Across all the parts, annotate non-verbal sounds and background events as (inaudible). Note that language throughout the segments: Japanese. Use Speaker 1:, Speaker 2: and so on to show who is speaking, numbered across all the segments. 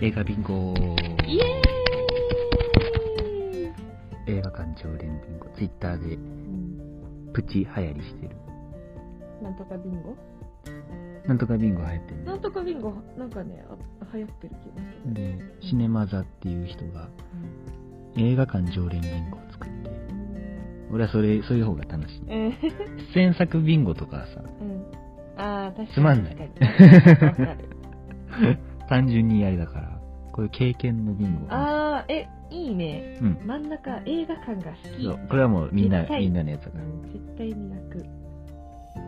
Speaker 1: 映画ビンゴ
Speaker 2: イエーイ、
Speaker 1: 映画館常連ビンゴツイッターで
Speaker 2: うん、
Speaker 1: プチ流行りしてる
Speaker 2: なんとかビンゴ
Speaker 1: なんとかビンゴ流行ってる
Speaker 2: なん
Speaker 1: ね
Speaker 2: とかビンゴなんかねあ流行ってる気がする、
Speaker 1: でシネマザっていう人が映画館常連ビンゴを作って俺はそれそういう方が楽しい
Speaker 2: うん
Speaker 1: 出演作ビンゴとかさ
Speaker 2: うんああ確かに
Speaker 1: つまんない
Speaker 2: 確かにわか (laughs) る
Speaker 1: 単純にあれだからこういう経験のビンゴ
Speaker 2: ああえいいね
Speaker 1: うん
Speaker 2: 真ん中映画館が好き
Speaker 1: そうこれはもうみんな
Speaker 2: 絶対
Speaker 1: みんなのやつだか
Speaker 2: うん絶対に泣く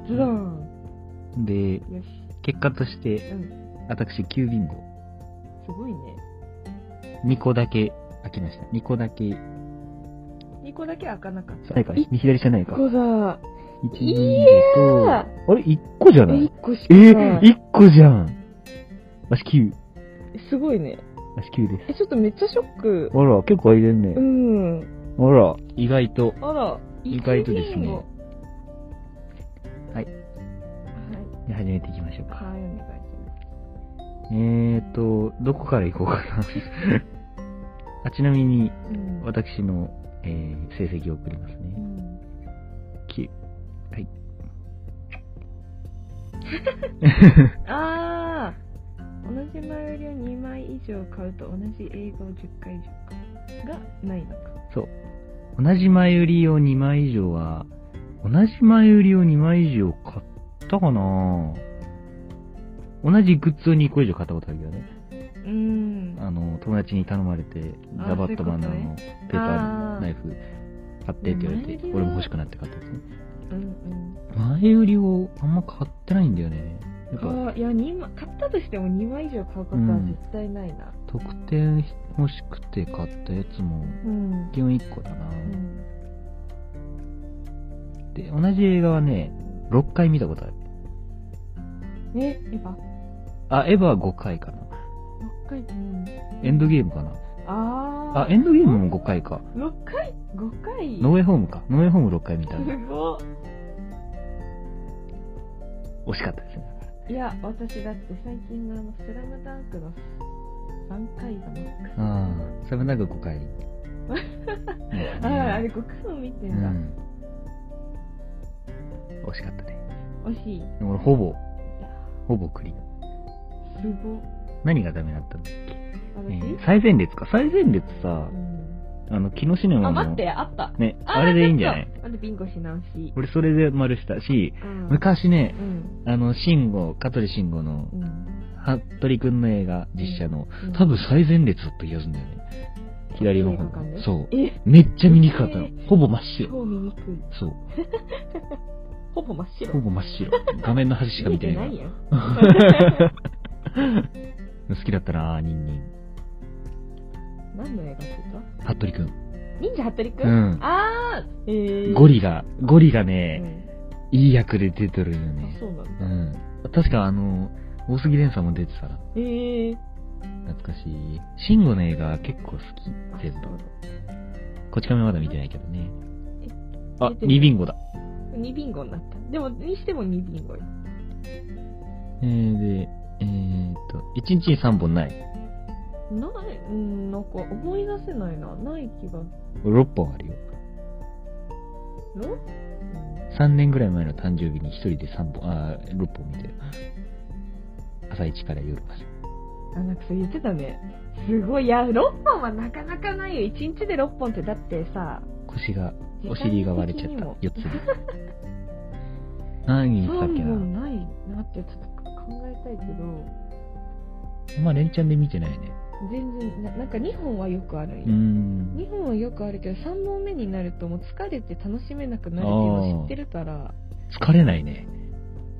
Speaker 2: ズドン
Speaker 1: らで
Speaker 2: よし
Speaker 1: 結果として
Speaker 2: うん
Speaker 1: 私9ビンゴ
Speaker 2: すごいね
Speaker 1: 2個だけ開きました2個だけ
Speaker 2: 2個だけ開かなかった
Speaker 1: ないか左じゃないか
Speaker 2: 1個
Speaker 1: 1
Speaker 2: だい
Speaker 1: 2とあれ1個じゃない
Speaker 2: 1個し
Speaker 1: え
Speaker 2: か
Speaker 1: ー、
Speaker 2: ない
Speaker 1: 1個じゃんわし9
Speaker 2: すごいね
Speaker 1: わし9です
Speaker 2: えちょっとめっちゃショック
Speaker 1: あら結構入れんね
Speaker 2: うん
Speaker 1: あら意外と
Speaker 2: あら
Speaker 1: 意外とですねはい
Speaker 2: は
Speaker 1: 始めていきましょう
Speaker 2: い
Speaker 1: か
Speaker 2: はいお願いしま
Speaker 1: えーとどこから行こうか (laughs) なあちなみに
Speaker 2: すうん
Speaker 1: 私の、えー成績を送ります
Speaker 2: う
Speaker 1: ね
Speaker 2: ん
Speaker 1: 9はい (laughs)
Speaker 2: ああ同じ前売りを2枚以上買うと同じ映画を10回10回がないのか
Speaker 1: 同じ前売りを2枚以上は、同じ前売りを2枚以上買ったかな同じグッズを2個以上買ったことあるけどね。
Speaker 2: うーん
Speaker 1: あの、友達に頼まれて、
Speaker 2: あー
Speaker 1: ザバットマンのあ
Speaker 2: そういう
Speaker 1: の
Speaker 2: こ
Speaker 1: ペーパ
Speaker 2: あ
Speaker 1: ー
Speaker 2: ー
Speaker 1: ナイフ買ってって言われ
Speaker 2: 前売
Speaker 1: て、
Speaker 2: りは
Speaker 1: 俺も欲しくなって買ったやつね。
Speaker 2: うん
Speaker 1: 前売りをあんま買ってないんだよね。やっ
Speaker 2: う
Speaker 1: ぱ
Speaker 2: んあーいや2枚買ったとしても2枚以上買うことは絶対ないな
Speaker 1: 特典欲しくて買ったやつも、
Speaker 2: うん
Speaker 1: 基本1個だな、
Speaker 2: うん
Speaker 1: で、同じ映画はね、6回見たことある。
Speaker 2: えやっぱ
Speaker 1: あ、エヴァは5回かな。
Speaker 2: 6回うん
Speaker 1: エンドゲームかな。
Speaker 2: ああ
Speaker 1: あ、エンドゲームも5回か。
Speaker 2: 6回5回
Speaker 1: ノーウェイホームか。ノーウェイホーム6回見たんだ。
Speaker 2: すごっ
Speaker 1: 惜しかったですね。
Speaker 2: いや私だって最近のあの「スラムダンクの3回が6回
Speaker 1: ああ、サブナグ5回。
Speaker 2: (laughs) あーあれ5回も見て
Speaker 1: うん
Speaker 2: だ、
Speaker 1: ん。惜しかったね。
Speaker 2: 惜しいい
Speaker 1: でも俺ほぼ、
Speaker 2: や
Speaker 1: ほぼクリア。
Speaker 2: すごっ
Speaker 1: 何がダメだったんだっけ、え
Speaker 2: 私、
Speaker 1: ー最前列か。最前列さ
Speaker 2: う、ん
Speaker 1: あの、木のシネマの。
Speaker 2: あ待ってあった
Speaker 1: ね、
Speaker 2: あ
Speaker 1: あれでいいんじゃない
Speaker 2: ちょっとあれビンゴし直し
Speaker 1: 俺それで丸したし、
Speaker 2: うん
Speaker 1: 昔ね、
Speaker 2: うん
Speaker 1: あの、慎吾、香取慎吾の
Speaker 2: う、ん
Speaker 1: 服部くんの映画、実写の、
Speaker 2: うん
Speaker 1: 多分最前列だった気がするんだよね。左の方
Speaker 2: 映画館で
Speaker 1: そう。
Speaker 2: え
Speaker 1: めっちゃ見にくかったの
Speaker 2: え。
Speaker 1: ほぼ真っ白。
Speaker 2: 超見にくい
Speaker 1: そう。
Speaker 2: ほぼ真っ白
Speaker 1: ほぼ真っ白。画面の端しか見てな
Speaker 2: 見
Speaker 1: い
Speaker 2: えてないやん
Speaker 1: から。 (laughs) 好きだったなぁ、ニンニン。
Speaker 2: 何の映画って言っ
Speaker 1: 服部くん。
Speaker 2: た忍者ハットリく
Speaker 1: うんん。
Speaker 2: あーえー
Speaker 1: ゴリが、ゴリが
Speaker 2: う
Speaker 1: ね、
Speaker 2: ん
Speaker 1: いい役で出てるよ
Speaker 2: あ
Speaker 1: ね。
Speaker 2: そうなん
Speaker 1: う
Speaker 2: だ
Speaker 1: ん。確かあの、大杉蓮さんも出てたな。
Speaker 2: えー
Speaker 1: 懐かしい。慎吾の映画結構好き。全部。こち亀まだ見てないけどね。あ、リビンゴだ。
Speaker 2: 2ビンゴになったでもにしても2ビンゴよ
Speaker 1: えー、で、えーっと、1日に3本ない。
Speaker 2: ないうんなんか思い出せないなない気が
Speaker 1: 6本あるよ。
Speaker 2: ろ
Speaker 1: 3年ぐらい前の誕生日に1人で3本、あー、6本見てる。朝1から夜まで。
Speaker 2: あなんかそう言ってたねすごいいや6本はなかなかないよ1日で6本ってだってさ
Speaker 1: 腰が、
Speaker 2: 時間
Speaker 1: お尻が割れちゃっ
Speaker 2: 的に
Speaker 1: た
Speaker 2: も。
Speaker 1: 4つで。何人いたっけな
Speaker 2: 3本ないなってちょっと考えたいけど
Speaker 1: あんまあ、連チャンで見てないね。
Speaker 2: 全然ななんか2本はよくあるんよ
Speaker 1: うーん。
Speaker 2: 2本はよくあるけど3本目になるともう疲れて楽しめなくなるっていうのを知ってるから
Speaker 1: 疲れないね。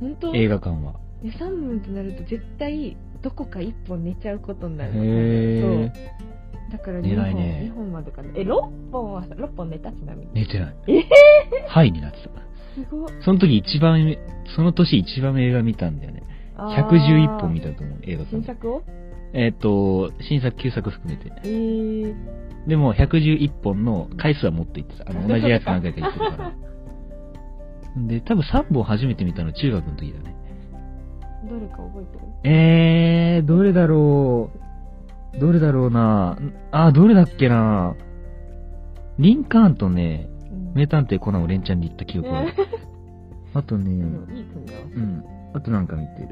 Speaker 2: 本当
Speaker 1: 映画館は。
Speaker 2: で3分ってなると絶対どこか1本寝ちゃうことになる
Speaker 1: へ
Speaker 2: そう
Speaker 1: ー。
Speaker 2: だから
Speaker 1: 寝
Speaker 2: 2
Speaker 1: ない
Speaker 2: 本,、
Speaker 1: ね
Speaker 2: 2本までかなえ6本は6本寝たちなみに
Speaker 1: 寝てない。
Speaker 2: えへ
Speaker 1: はいになってた。
Speaker 2: すごい
Speaker 1: その時一番、その年一番映画見たんだよね。111本見たと思う、映画館
Speaker 2: 新
Speaker 1: で。
Speaker 2: 作を
Speaker 1: えーっと、新作、旧作含めて。
Speaker 2: えー、
Speaker 1: でも、111本の回数は持っていってた。あの、同じやつ何回か言ってる
Speaker 2: (laughs)
Speaker 1: から。で、多分3本初めて見たの中学の時だね。
Speaker 2: どれか覚えてる
Speaker 1: えー、どれだろう。どれだろうなあ、どれだっけなリンカーンとね、
Speaker 2: うん
Speaker 1: 名探偵コナンを連チャンで言った記憶
Speaker 2: (laughs)
Speaker 1: がある。あと
Speaker 2: う
Speaker 1: ね、
Speaker 2: んいい組み合わせ
Speaker 1: うん。あとなんか見てる。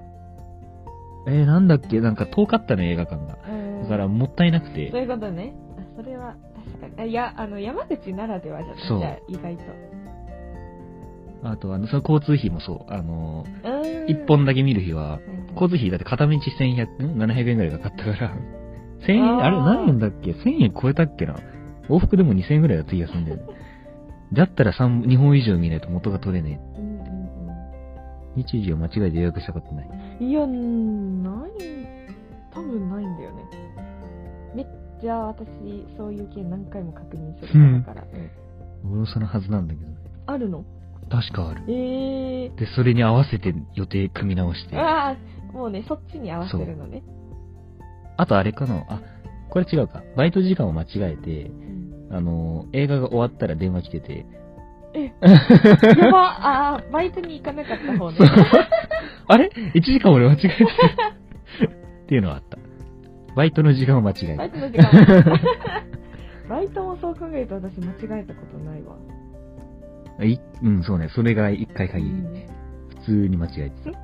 Speaker 1: えー、なんだっけなんか遠かったね、映画館が。
Speaker 2: うん
Speaker 1: だからもったいなく
Speaker 2: そうい
Speaker 1: て。
Speaker 2: うことね。あそれは確かに。あいや、あの、山口ならではじゃない
Speaker 1: そう
Speaker 2: じゃあ意外と。
Speaker 1: あと、あの、その交通費もそう。あのー、
Speaker 2: うーん
Speaker 1: 一、本だけ見る日は、
Speaker 2: はいはい
Speaker 1: 交通費だって片道1100、ん ?700 円ぐらいかかったから。1000円、
Speaker 2: あー
Speaker 1: あれ何円だっけ ?1000 円超えたっけな往復でも2000円ぐらいだった気がするんだよね。だったら三2本以上見ないと元が取れねえ。
Speaker 2: うんうん
Speaker 1: 日時を間違えて予約したことない。
Speaker 2: うん。いや、ない、多分ないんだよね。めっちゃ私、そういう系何回も確認するから。うん
Speaker 1: 俺もそのはずなんだけどね。
Speaker 2: あるの
Speaker 1: 確かある。
Speaker 2: ええ
Speaker 1: で、それに合わせて予定組み直して。
Speaker 2: ー。ああ、もうね、そっちに合わせるのね。
Speaker 1: あとあれかなあ、これ違うか。バイト時間を間違えて、
Speaker 2: うん
Speaker 1: あのー、映画が終わったら電話来てて、
Speaker 2: やば、ああ、バイトに行かなかった方ね。
Speaker 1: (laughs) あれ ?1 時間俺間違えてる。っていうのはあった。バイトの時間を間違え
Speaker 2: バイ
Speaker 1: た。
Speaker 2: トの時間。バイトもそう考えると私間違えたことないわ。
Speaker 1: いうん、そうね。それが1回限り。
Speaker 2: うん
Speaker 1: 普通に間違えてた。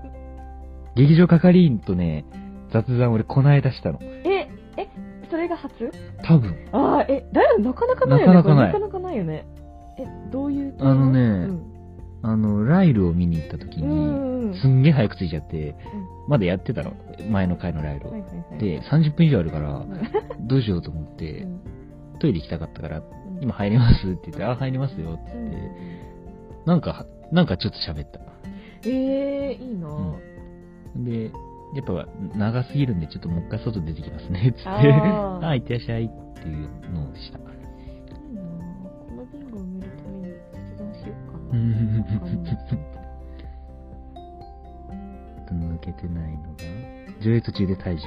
Speaker 1: 劇場係員とね、雑談俺こないだしたの。
Speaker 2: え、え、それが初
Speaker 1: 多分。
Speaker 2: ああ、え、だよ、なかなかないよね。
Speaker 1: なかなかない
Speaker 2: これなかなかないよね。え、どういう
Speaker 1: あのねあの、ライルを見に行った時
Speaker 2: うん。う
Speaker 1: に、
Speaker 2: んうんうん。
Speaker 1: すんげえ早く着いちゃって、まだやってたの。前の回のライル
Speaker 2: はい
Speaker 1: を。
Speaker 2: はいはい、
Speaker 1: で、30分以上あるから
Speaker 2: うん、、
Speaker 1: どうしようと思っ
Speaker 2: う
Speaker 1: て、
Speaker 2: ん
Speaker 1: トイレ行きたかったから、今入れますって言って、あ、入りますよって
Speaker 2: う
Speaker 1: 言っ
Speaker 2: ん
Speaker 1: て、なんか、なんかちょっと喋った。
Speaker 2: えー、いいなぁ、
Speaker 1: で、やっぱ長すぎるんで、ちょっともう一回外出てきますね、つって、(laughs)
Speaker 2: あー
Speaker 1: あい、ってらっしゃいっていうのをした。
Speaker 2: いいなぁこのビンゴを埋めるために切断しようか
Speaker 1: う
Speaker 2: な。
Speaker 1: ん
Speaker 2: 他のや
Speaker 1: (laughs)
Speaker 2: つ
Speaker 1: 抜けてないのが、上映途中で退場。
Speaker 2: いや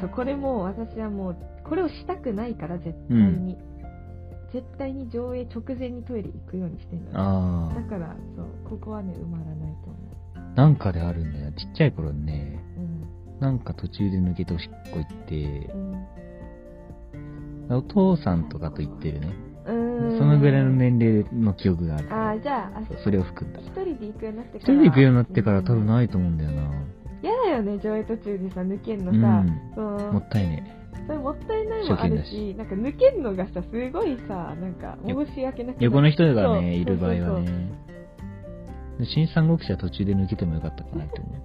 Speaker 2: そうこれもう私はもう、これをしたくないから、絶対に。絶対に上映直前にトイレ行くようにしてんの。
Speaker 1: あ
Speaker 2: だから、そう、ここはね、埋まらないと思
Speaker 1: ー、なんかであるんだよ。ちっちゃい頃ね、
Speaker 2: う。うん。
Speaker 1: なんか途中で抜けておしっこ行って
Speaker 2: う、ん
Speaker 1: お父さんとかと行ってるね。
Speaker 2: う
Speaker 1: そ
Speaker 2: ーん
Speaker 1: のぐらいの年齢の記憶があるから
Speaker 2: ああじゃああ
Speaker 1: そうそれを含んだ。
Speaker 2: 一人で行くようになって
Speaker 1: 一
Speaker 2: から
Speaker 1: 人で行くようになってから多分
Speaker 2: い
Speaker 1: ないと思うんだよな。
Speaker 2: 嫌だよね上映途中でさ抜けんの
Speaker 1: う
Speaker 2: さ、
Speaker 1: ん。
Speaker 2: そ
Speaker 1: も
Speaker 2: の
Speaker 1: ったいね。
Speaker 2: それもったいないもある
Speaker 1: 初
Speaker 2: しなんか抜けんのがさすごいさなんか申し訳なくて
Speaker 1: 横の人が
Speaker 2: そう
Speaker 1: ね、いる場合
Speaker 2: そう
Speaker 1: は
Speaker 2: そう
Speaker 1: ね。で新三国志は途中で抜けてもよかったかなと思う。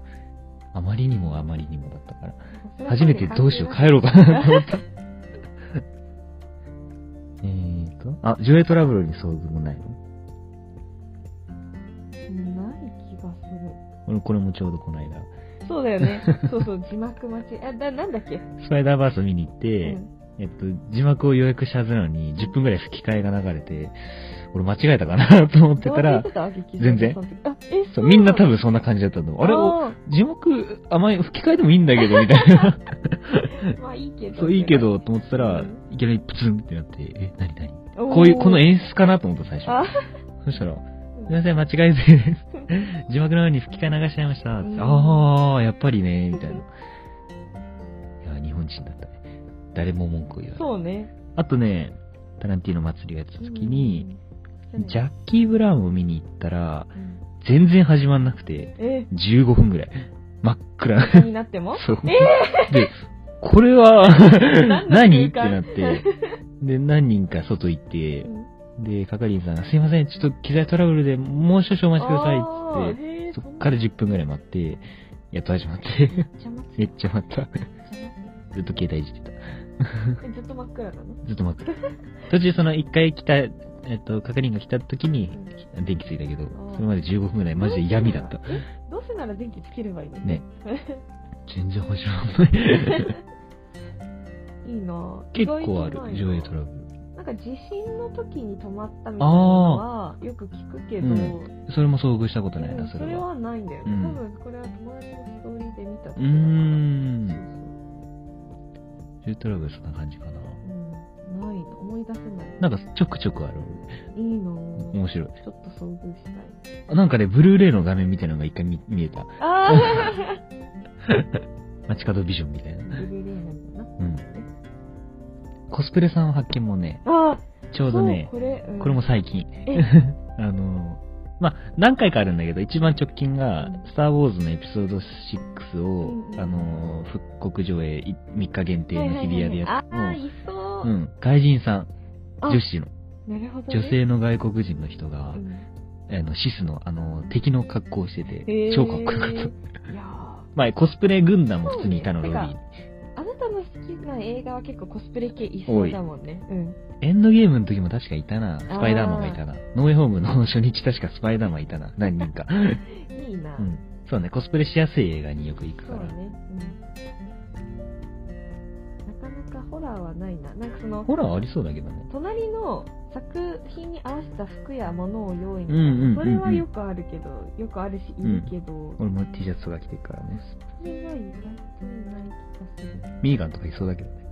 Speaker 1: あまりにもあまりにもだったから。
Speaker 2: そう
Speaker 1: 初めてどうしよう、
Speaker 2: それ
Speaker 1: 帰ろ
Speaker 2: は
Speaker 1: うかな
Speaker 2: (laughs)
Speaker 1: と思った。えーと、あ、ジョエトラブルに遭遇もないの
Speaker 2: ない気が
Speaker 1: 俺これもちょうどこの間。
Speaker 2: するそうだよ
Speaker 1: (laughs)
Speaker 2: ねそうそう字幕待ちあだなんだっけ、
Speaker 1: スパイダーバース見に行って、
Speaker 2: うん
Speaker 1: えっと、字幕を予約したはずなのに、10分ぐらい吹き替えが流れて、俺間違えたかなと思ってた
Speaker 2: どうや
Speaker 1: ら
Speaker 2: っ、てた劇場
Speaker 1: 全然
Speaker 2: その時あえ
Speaker 1: そう、みんな多
Speaker 2: 分
Speaker 1: 分そんな感じだったと思う。あれ、お
Speaker 2: あ
Speaker 1: 字幕、あまり吹き替えでもいいんだけど、みたいな。
Speaker 2: れまあいいけど
Speaker 1: そう、いいけど、と思ってたら
Speaker 2: うん、
Speaker 1: いきなりプツンってなって、え、なになにこ
Speaker 2: こ
Speaker 1: ういう、この演出かなと思った、最
Speaker 2: あ
Speaker 1: 初。そしたら、すいません、間違えて、 (laughs) 字幕のように吹き替え流しちゃいました。
Speaker 2: うん
Speaker 1: ああ、やっぱりね、みたいな。いや、日本人だったね。誰も文句を言わない。
Speaker 2: そうね
Speaker 1: あとね、タランティーノ祭りがやってた時に、
Speaker 2: うん、
Speaker 1: ジャッキー・ブラウンを見に行ったら、
Speaker 2: うん
Speaker 1: 全然始まんなくて、
Speaker 2: え
Speaker 1: 15分ぐらい。真っ暗。
Speaker 2: 気になっても
Speaker 1: そう。で、これは
Speaker 2: の
Speaker 1: 何って
Speaker 2: 空
Speaker 1: な
Speaker 2: 間
Speaker 1: って、で、何人か外行って、で、係員さんが、すいません、ちょっと機材トラブルでもう少々 (laughs) お待ちくださいってって、
Speaker 2: い
Speaker 1: そっから10分ぐらい待って、やっと始ま (laughs) って、めっちゃ待った。ずっと携帯いじってた。
Speaker 2: ずっと真っ暗なの
Speaker 1: ずっと待ってた。途中その一回来た、えっと、係員が来た時に、電気ついたけど
Speaker 2: ー、
Speaker 1: それまで15分ぐらいマジで闇だった。
Speaker 2: えどうせなら電気つければいいのに
Speaker 1: ね。全然始まん (laughs) ない。
Speaker 2: いいなぁ
Speaker 1: 結構ある、
Speaker 2: 意
Speaker 1: 上映
Speaker 2: 外
Speaker 1: ト
Speaker 2: とな
Speaker 1: ラ
Speaker 2: い
Speaker 1: ブ
Speaker 2: ななんか地震の時に止まったみたいなのはよく聞くけど、
Speaker 1: う
Speaker 2: うんん
Speaker 1: ル。それも遭遇したことないな、そ
Speaker 2: そ
Speaker 1: れ
Speaker 2: れ
Speaker 1: は。
Speaker 2: はないんだよね、
Speaker 1: うん
Speaker 2: 多分これは友達のストーリーで見たと
Speaker 1: う
Speaker 2: か
Speaker 1: ー
Speaker 2: だから
Speaker 1: ん。
Speaker 2: そう
Speaker 1: ジュートラブルそんな感じかな。
Speaker 2: そううんないの思い出せない
Speaker 1: なんかちょくちょくある。
Speaker 2: いいのぁ
Speaker 1: 面白い。
Speaker 2: ちょっと遭遇したい
Speaker 1: あなんかね、ブルーレイの画面みたいなのが一回見見え (laughs) た。
Speaker 2: ああ
Speaker 1: 街角ビジョンみたいな。
Speaker 2: ブルーレイなんだな
Speaker 1: うん。コスプレさんを発見もね、
Speaker 2: ああ、
Speaker 1: ちょうどね
Speaker 2: そ、うこれ、うん
Speaker 1: これも最近。
Speaker 2: え
Speaker 1: あの、まあ、何回かあるんだけど、一番直近が
Speaker 2: うん、
Speaker 1: スター・ウォーズのエピソード6を
Speaker 2: うんう、ん
Speaker 1: あの、復刻上映3日限定の日比谷でや
Speaker 2: は
Speaker 1: っ
Speaker 2: い
Speaker 1: た
Speaker 2: はい
Speaker 1: のを
Speaker 2: はいああ、いそう。
Speaker 1: うん、外人さん、
Speaker 2: あ
Speaker 1: 女子の、
Speaker 2: なるほど、ね。
Speaker 1: 女性の外国人の人が
Speaker 2: う、ん。
Speaker 1: あの、シスの、あの、敵の格好をしてて
Speaker 2: へ、ー
Speaker 1: 超かっこよかった。
Speaker 2: いやー
Speaker 1: まあ、コスプレ軍団も普通にいたの、ロ
Speaker 2: そう
Speaker 1: ビ
Speaker 2: ね
Speaker 1: ー
Speaker 2: て
Speaker 1: に
Speaker 2: か。あなたの好きな映画は結構コスプレ系いそうだもんね。うん。
Speaker 1: エンドゲームの時も確かいたな。スパイダーマンがいたな。ノーエホームの初日確かスパイダーマンいたな。何 (laughs) 人か。
Speaker 2: いいな。
Speaker 1: うん。そうね、コスプレしやすい映画によく行く
Speaker 2: そ
Speaker 1: か
Speaker 2: う
Speaker 1: ら。
Speaker 2: ね。うん。なかなかホラーはないな。なんかその、
Speaker 1: ホラーありそうだけどね。
Speaker 2: 隣の作品に合わせた服や物を用意みた
Speaker 1: う
Speaker 2: い
Speaker 1: んうんうんうん
Speaker 2: なそれはよくあるけど、よくあるしいいけど、
Speaker 1: 俺も T シャツとか着てるからね。
Speaker 2: それは意外といない気がする。
Speaker 1: ミーガンとかいそうだけど (laughs) ね。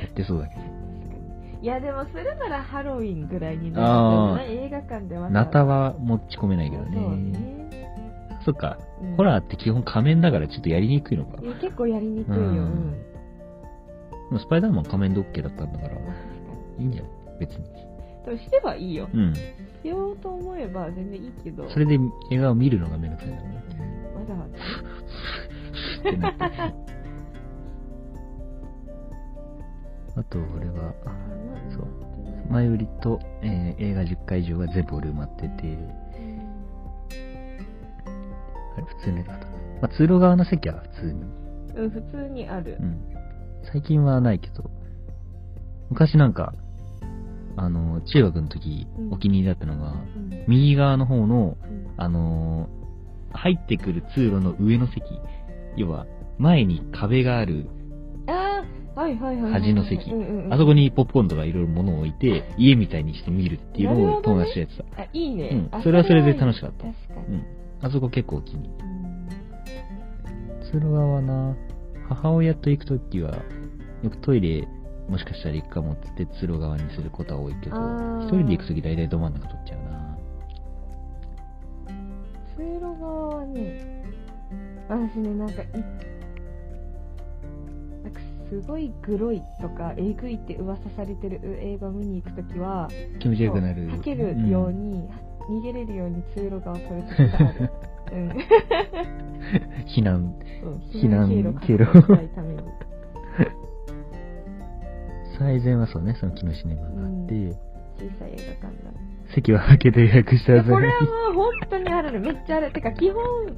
Speaker 1: やってそうだけ
Speaker 2: いやでもそれならハロウィンぐらいに
Speaker 1: あ
Speaker 2: な
Speaker 1: ー
Speaker 2: る映画館で
Speaker 1: ど。
Speaker 2: は
Speaker 1: ナタは持ち込めないけど
Speaker 2: そう
Speaker 1: ね。
Speaker 2: ね、
Speaker 1: そっか。
Speaker 2: うん
Speaker 1: ホラーって基本仮面だからちょっとやりにくいのか。
Speaker 2: い
Speaker 1: で
Speaker 2: や結構やりにくいよ、
Speaker 1: う
Speaker 2: うんん
Speaker 1: もスパイダーマン仮面ドッケだったんだから、
Speaker 2: 確か
Speaker 1: いいんじゃない別に。
Speaker 2: にでもしてはいいよ
Speaker 1: うん。
Speaker 2: しようと思えば全然いいけど
Speaker 1: それで映画を見るのがめんどくさいんだろうね。
Speaker 2: わざわざ
Speaker 1: って (laughs) なって。あと、俺は、そう前売りと、えー映画10回以上が全部俺埋まってて、あれ普通のやつだった。まあ、通路側の席は普通に。
Speaker 2: うん普通にある
Speaker 1: うん。最近はないけど、昔なんか、あの、中学の時
Speaker 2: う、ん
Speaker 1: お気に入りだったのが、
Speaker 2: うんうん
Speaker 1: 右側の方の、あのー入ってくる通路の上の席、要は、前に壁がある
Speaker 2: ああはいはいはいはい
Speaker 1: 端の席
Speaker 2: うんうんうん
Speaker 1: あそこにポップコーンとかいろいろ物を置いて、家みたいにして見るっていうのを友達とやってた。
Speaker 2: あいいね、
Speaker 1: うん
Speaker 2: あ
Speaker 1: それはそれで楽しかった
Speaker 2: 確か
Speaker 1: う
Speaker 2: に、
Speaker 1: ん。あそこ結構お気に入
Speaker 2: うん
Speaker 1: り。鶴川はな、母親と行くときは、よくトイレ、もしかしたら行くかもってって鶴川にすることは多いけど
Speaker 2: あ、ー
Speaker 1: 一人で行くとき大体ど真ん中取っちゃうな。
Speaker 2: 通路側はね私ねなんかいなんかすごいグロいとかえぐいって噂されてる映画見に行くときは
Speaker 1: 気持ちよくなる。
Speaker 2: 避けるよう
Speaker 1: うん
Speaker 2: に、逃げれるように通路側を取る時がある、うん、
Speaker 1: 避難。
Speaker 2: そう
Speaker 1: (laughs) 避難
Speaker 2: 経路を確保したいために
Speaker 1: 最善はそうね、その木のシネマがあって、
Speaker 2: う小さい映画館だ
Speaker 1: 席は開けて予約した
Speaker 2: い
Speaker 1: は
Speaker 2: や
Speaker 1: ずな
Speaker 2: こ
Speaker 1: の
Speaker 2: れ
Speaker 1: に
Speaker 2: はもう本当にあるのめっちゃあるてか基本基本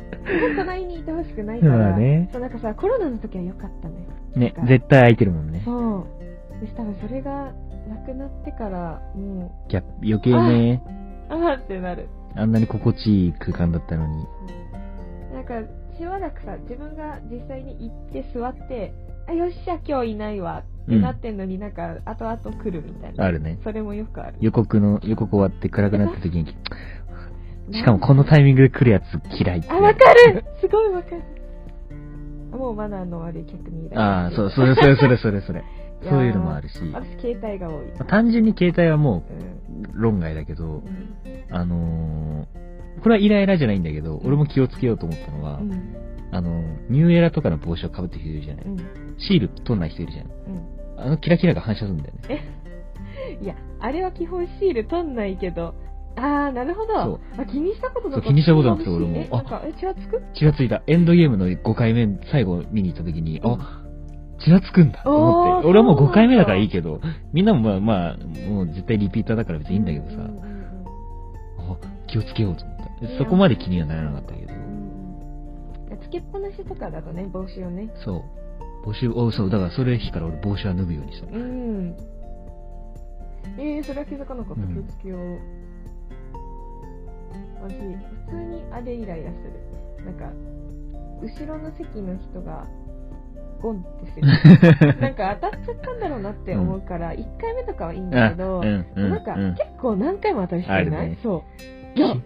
Speaker 2: 隣にいてほしくないか
Speaker 1: (laughs) ま
Speaker 2: ら
Speaker 1: あね
Speaker 2: そうなんかさコロナの時は良かったね
Speaker 1: ね、絶対開いてるもんね。
Speaker 2: そう。で多分それがなくなってから、も
Speaker 1: ギャップ余計ね、
Speaker 2: う、あーってなる。
Speaker 1: あんなに心地いい空間だったのに。
Speaker 2: なんか、しばらくさ、自分が実際に行って座って、あ、よっしゃ、今日いないわって
Speaker 1: うん
Speaker 2: なってんのに、なんか、後々来るみたいな。
Speaker 1: あるね。
Speaker 2: それもよくある。
Speaker 1: 予告の、予告終わって暗くなった時に、しかもこのタイミングで来るやつ嫌いって
Speaker 2: あ、わかるすごいわかる。もうマナーの悪い客にいら
Speaker 1: ああ、そう、それそれそれそれ
Speaker 2: (laughs)
Speaker 1: それ。そういうのもあるし。
Speaker 2: 私、携帯が多い。
Speaker 1: まあ単純に携帯はも
Speaker 2: うん。
Speaker 1: う論外だけど、
Speaker 2: うん
Speaker 1: あのー、これはイライラじゃないんだけど、俺も気をつけようと思ったのは、
Speaker 2: うん。
Speaker 1: あのー、ニューエラとかの帽子をかぶってる人いるじゃない
Speaker 2: うん。
Speaker 1: シール取んない人いるじゃん。
Speaker 2: うん。
Speaker 1: あのキラキラが反射するんだよね。
Speaker 2: いや、あれは基本シール取んないけど、あー、なるほど。あ気にしたことなかっ
Speaker 1: そう気にしたことなくて俺も
Speaker 2: えなんか、え、血はつく
Speaker 1: 血がついた。エンドゲームの5回目、最後見に行った時に、
Speaker 2: うん
Speaker 1: あ、血がつくんだと思っ
Speaker 2: お
Speaker 1: て。
Speaker 2: ー
Speaker 1: 俺はも
Speaker 2: そう
Speaker 1: う5
Speaker 2: なんだ
Speaker 1: 回目だからいいけど、みんなもまあまあ、もう絶対リピーターだから別にいいんだけどさ、
Speaker 2: うんうん
Speaker 1: あ気をつけようと思った
Speaker 2: い
Speaker 1: で。
Speaker 2: や
Speaker 1: そこまで気にはならなかったけど
Speaker 2: う、んうんつけっぱなしとかだとね、帽子をね。
Speaker 1: そう。帽子を、おそう、だからそれ日から俺帽子は脱ぐようにした。
Speaker 2: うん。えー、それは気づかなかった。
Speaker 1: うん
Speaker 2: 気をつけよう。私、普通にあれイライラする。なんか、後ろの席の人が、ゴンってする。なんか当たっちゃったんだろうなって思うから、1回目とかはいいんだけ
Speaker 1: う
Speaker 2: ど、
Speaker 1: ん、うん。
Speaker 2: なんか、
Speaker 1: うん
Speaker 2: 結構何回も当たる人い
Speaker 1: あ
Speaker 2: な
Speaker 1: る
Speaker 2: い、
Speaker 1: ね
Speaker 2: そう。いやっ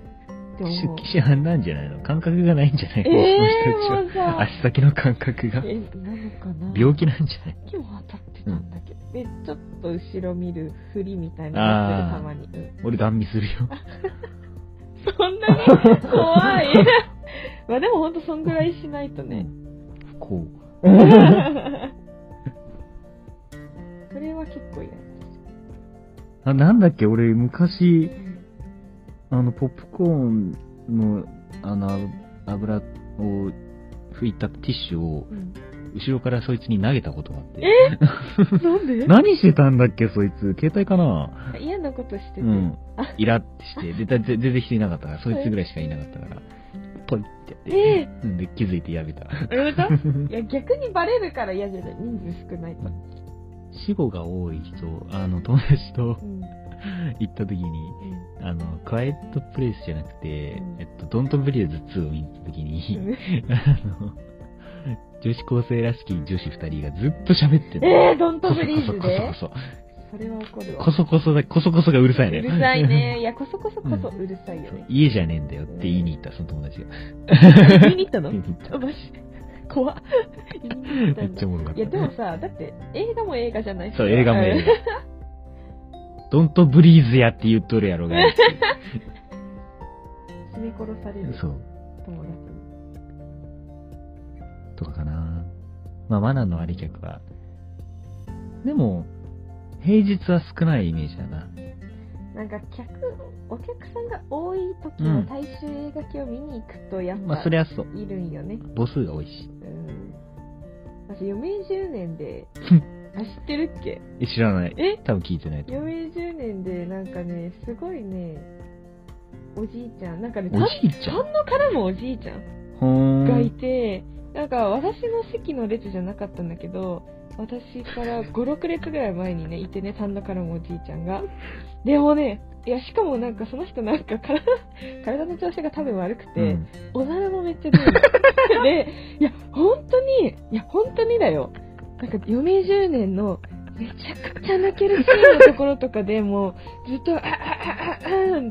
Speaker 2: て思う。
Speaker 1: 騎士判断じゃないの感覚がないんじゃない
Speaker 2: え
Speaker 1: のこの人
Speaker 2: ー、も
Speaker 1: たち
Speaker 2: うさ
Speaker 1: は。、足先の感覚が。
Speaker 2: え、なのかな
Speaker 1: 病気なんじゃない
Speaker 2: 気も当たってたんだけど、で、ちょっと後ろ見るふりみたいなのやってる、たまに。うん
Speaker 1: 俺ガン見するよ。
Speaker 2: そんなに
Speaker 1: (laughs)
Speaker 2: 怖い。まあでもほんとそ (laughs) んぐらいしないとね。
Speaker 1: こう。
Speaker 2: 結構いらない
Speaker 1: あ、なんだっけ、俺、昔、あの、ポップコーンの、あの、油を拭いたティッシュを、
Speaker 2: うん。
Speaker 1: 後ろからそいつに投げたことがあって。
Speaker 2: なんで
Speaker 1: 何してたんだっけ、そいつ。携帯かな
Speaker 2: 嫌なことしてて。
Speaker 1: うん。イラってして。で、だぜ全然人いなかったから、そいつぐらいしかいなかったから、ポイってやって。
Speaker 2: え
Speaker 1: うんで、気づいてやめた。 (laughs)
Speaker 2: やめたいや、逆にバレるから嫌じゃない人数少ないと。
Speaker 1: 死後が多い人、あの、友達と
Speaker 2: うん。
Speaker 1: 行った時に、あの、クワイエットプレイスじゃなくて、
Speaker 2: うん
Speaker 1: えっと、ドントブリーズ2を見に行った時に、
Speaker 2: うん
Speaker 1: あの、女子高生らしき女子二人がずっと喋ってる。
Speaker 2: えー、ドントブリーズで
Speaker 1: こそこ
Speaker 2: それは怒るわ。
Speaker 1: そこそこそ。こそこそだ、こそこそがうるさいね。
Speaker 2: うるさい。ね。いや、こそこそこそううるさいよね。
Speaker 1: 家じゃねえんだよって言いに行った、その友達が。
Speaker 2: 言いに行ったの
Speaker 1: 言いに行
Speaker 2: あ、
Speaker 1: っ。
Speaker 2: マジ怖っ。言いに行ったた
Speaker 1: め
Speaker 2: ん
Speaker 1: っ
Speaker 2: だ
Speaker 1: ちゃおもろかっ
Speaker 2: いや、でも
Speaker 1: た。
Speaker 2: さ、だって映画も映画じゃない
Speaker 1: そう、映画も映
Speaker 2: 画。
Speaker 1: 画。ドントブリーズやって言っとるやろが。
Speaker 2: (laughs) うん絞め殺される
Speaker 1: そう。
Speaker 2: 友達。
Speaker 1: とかかな。まあ、マナーのあり客は。でも、平日は少ないイメージだな。
Speaker 2: なんか客、お客さんが多い時の大衆映画系を見に行くと、やっ
Speaker 1: まあ、
Speaker 2: ぱ
Speaker 1: そ、りゃそう。
Speaker 2: いるんよね。
Speaker 1: 母数が多いし。
Speaker 2: うん。私、余命10
Speaker 1: (laughs)
Speaker 2: 年で、あ、知ってるっけ
Speaker 1: え知らない。
Speaker 2: え
Speaker 1: 多分聞いてないと思う。
Speaker 2: 余命10年で、なんかね、すごいね、おじいちゃん、なんかね、
Speaker 1: おじいちゃん
Speaker 2: んのからもおじいちゃん
Speaker 1: ほーん。
Speaker 2: がいて、なんか私の席の列じゃなかったんだけど、私から5、6列ぐらい前にね、いてね、単独からもおじいちゃんが。でもね、いや、しかもなんかその人なんか体、体の調子が多分悪くて、
Speaker 1: うん
Speaker 2: おならもめっちゃ出る。
Speaker 1: (laughs)
Speaker 2: で、いや、本当に、いや、本当にだよ。なんか、余命10年の、めちゃくちゃ泣けるシーンのところとかでもう、ずっと、あ、あ、あ、あ、あん、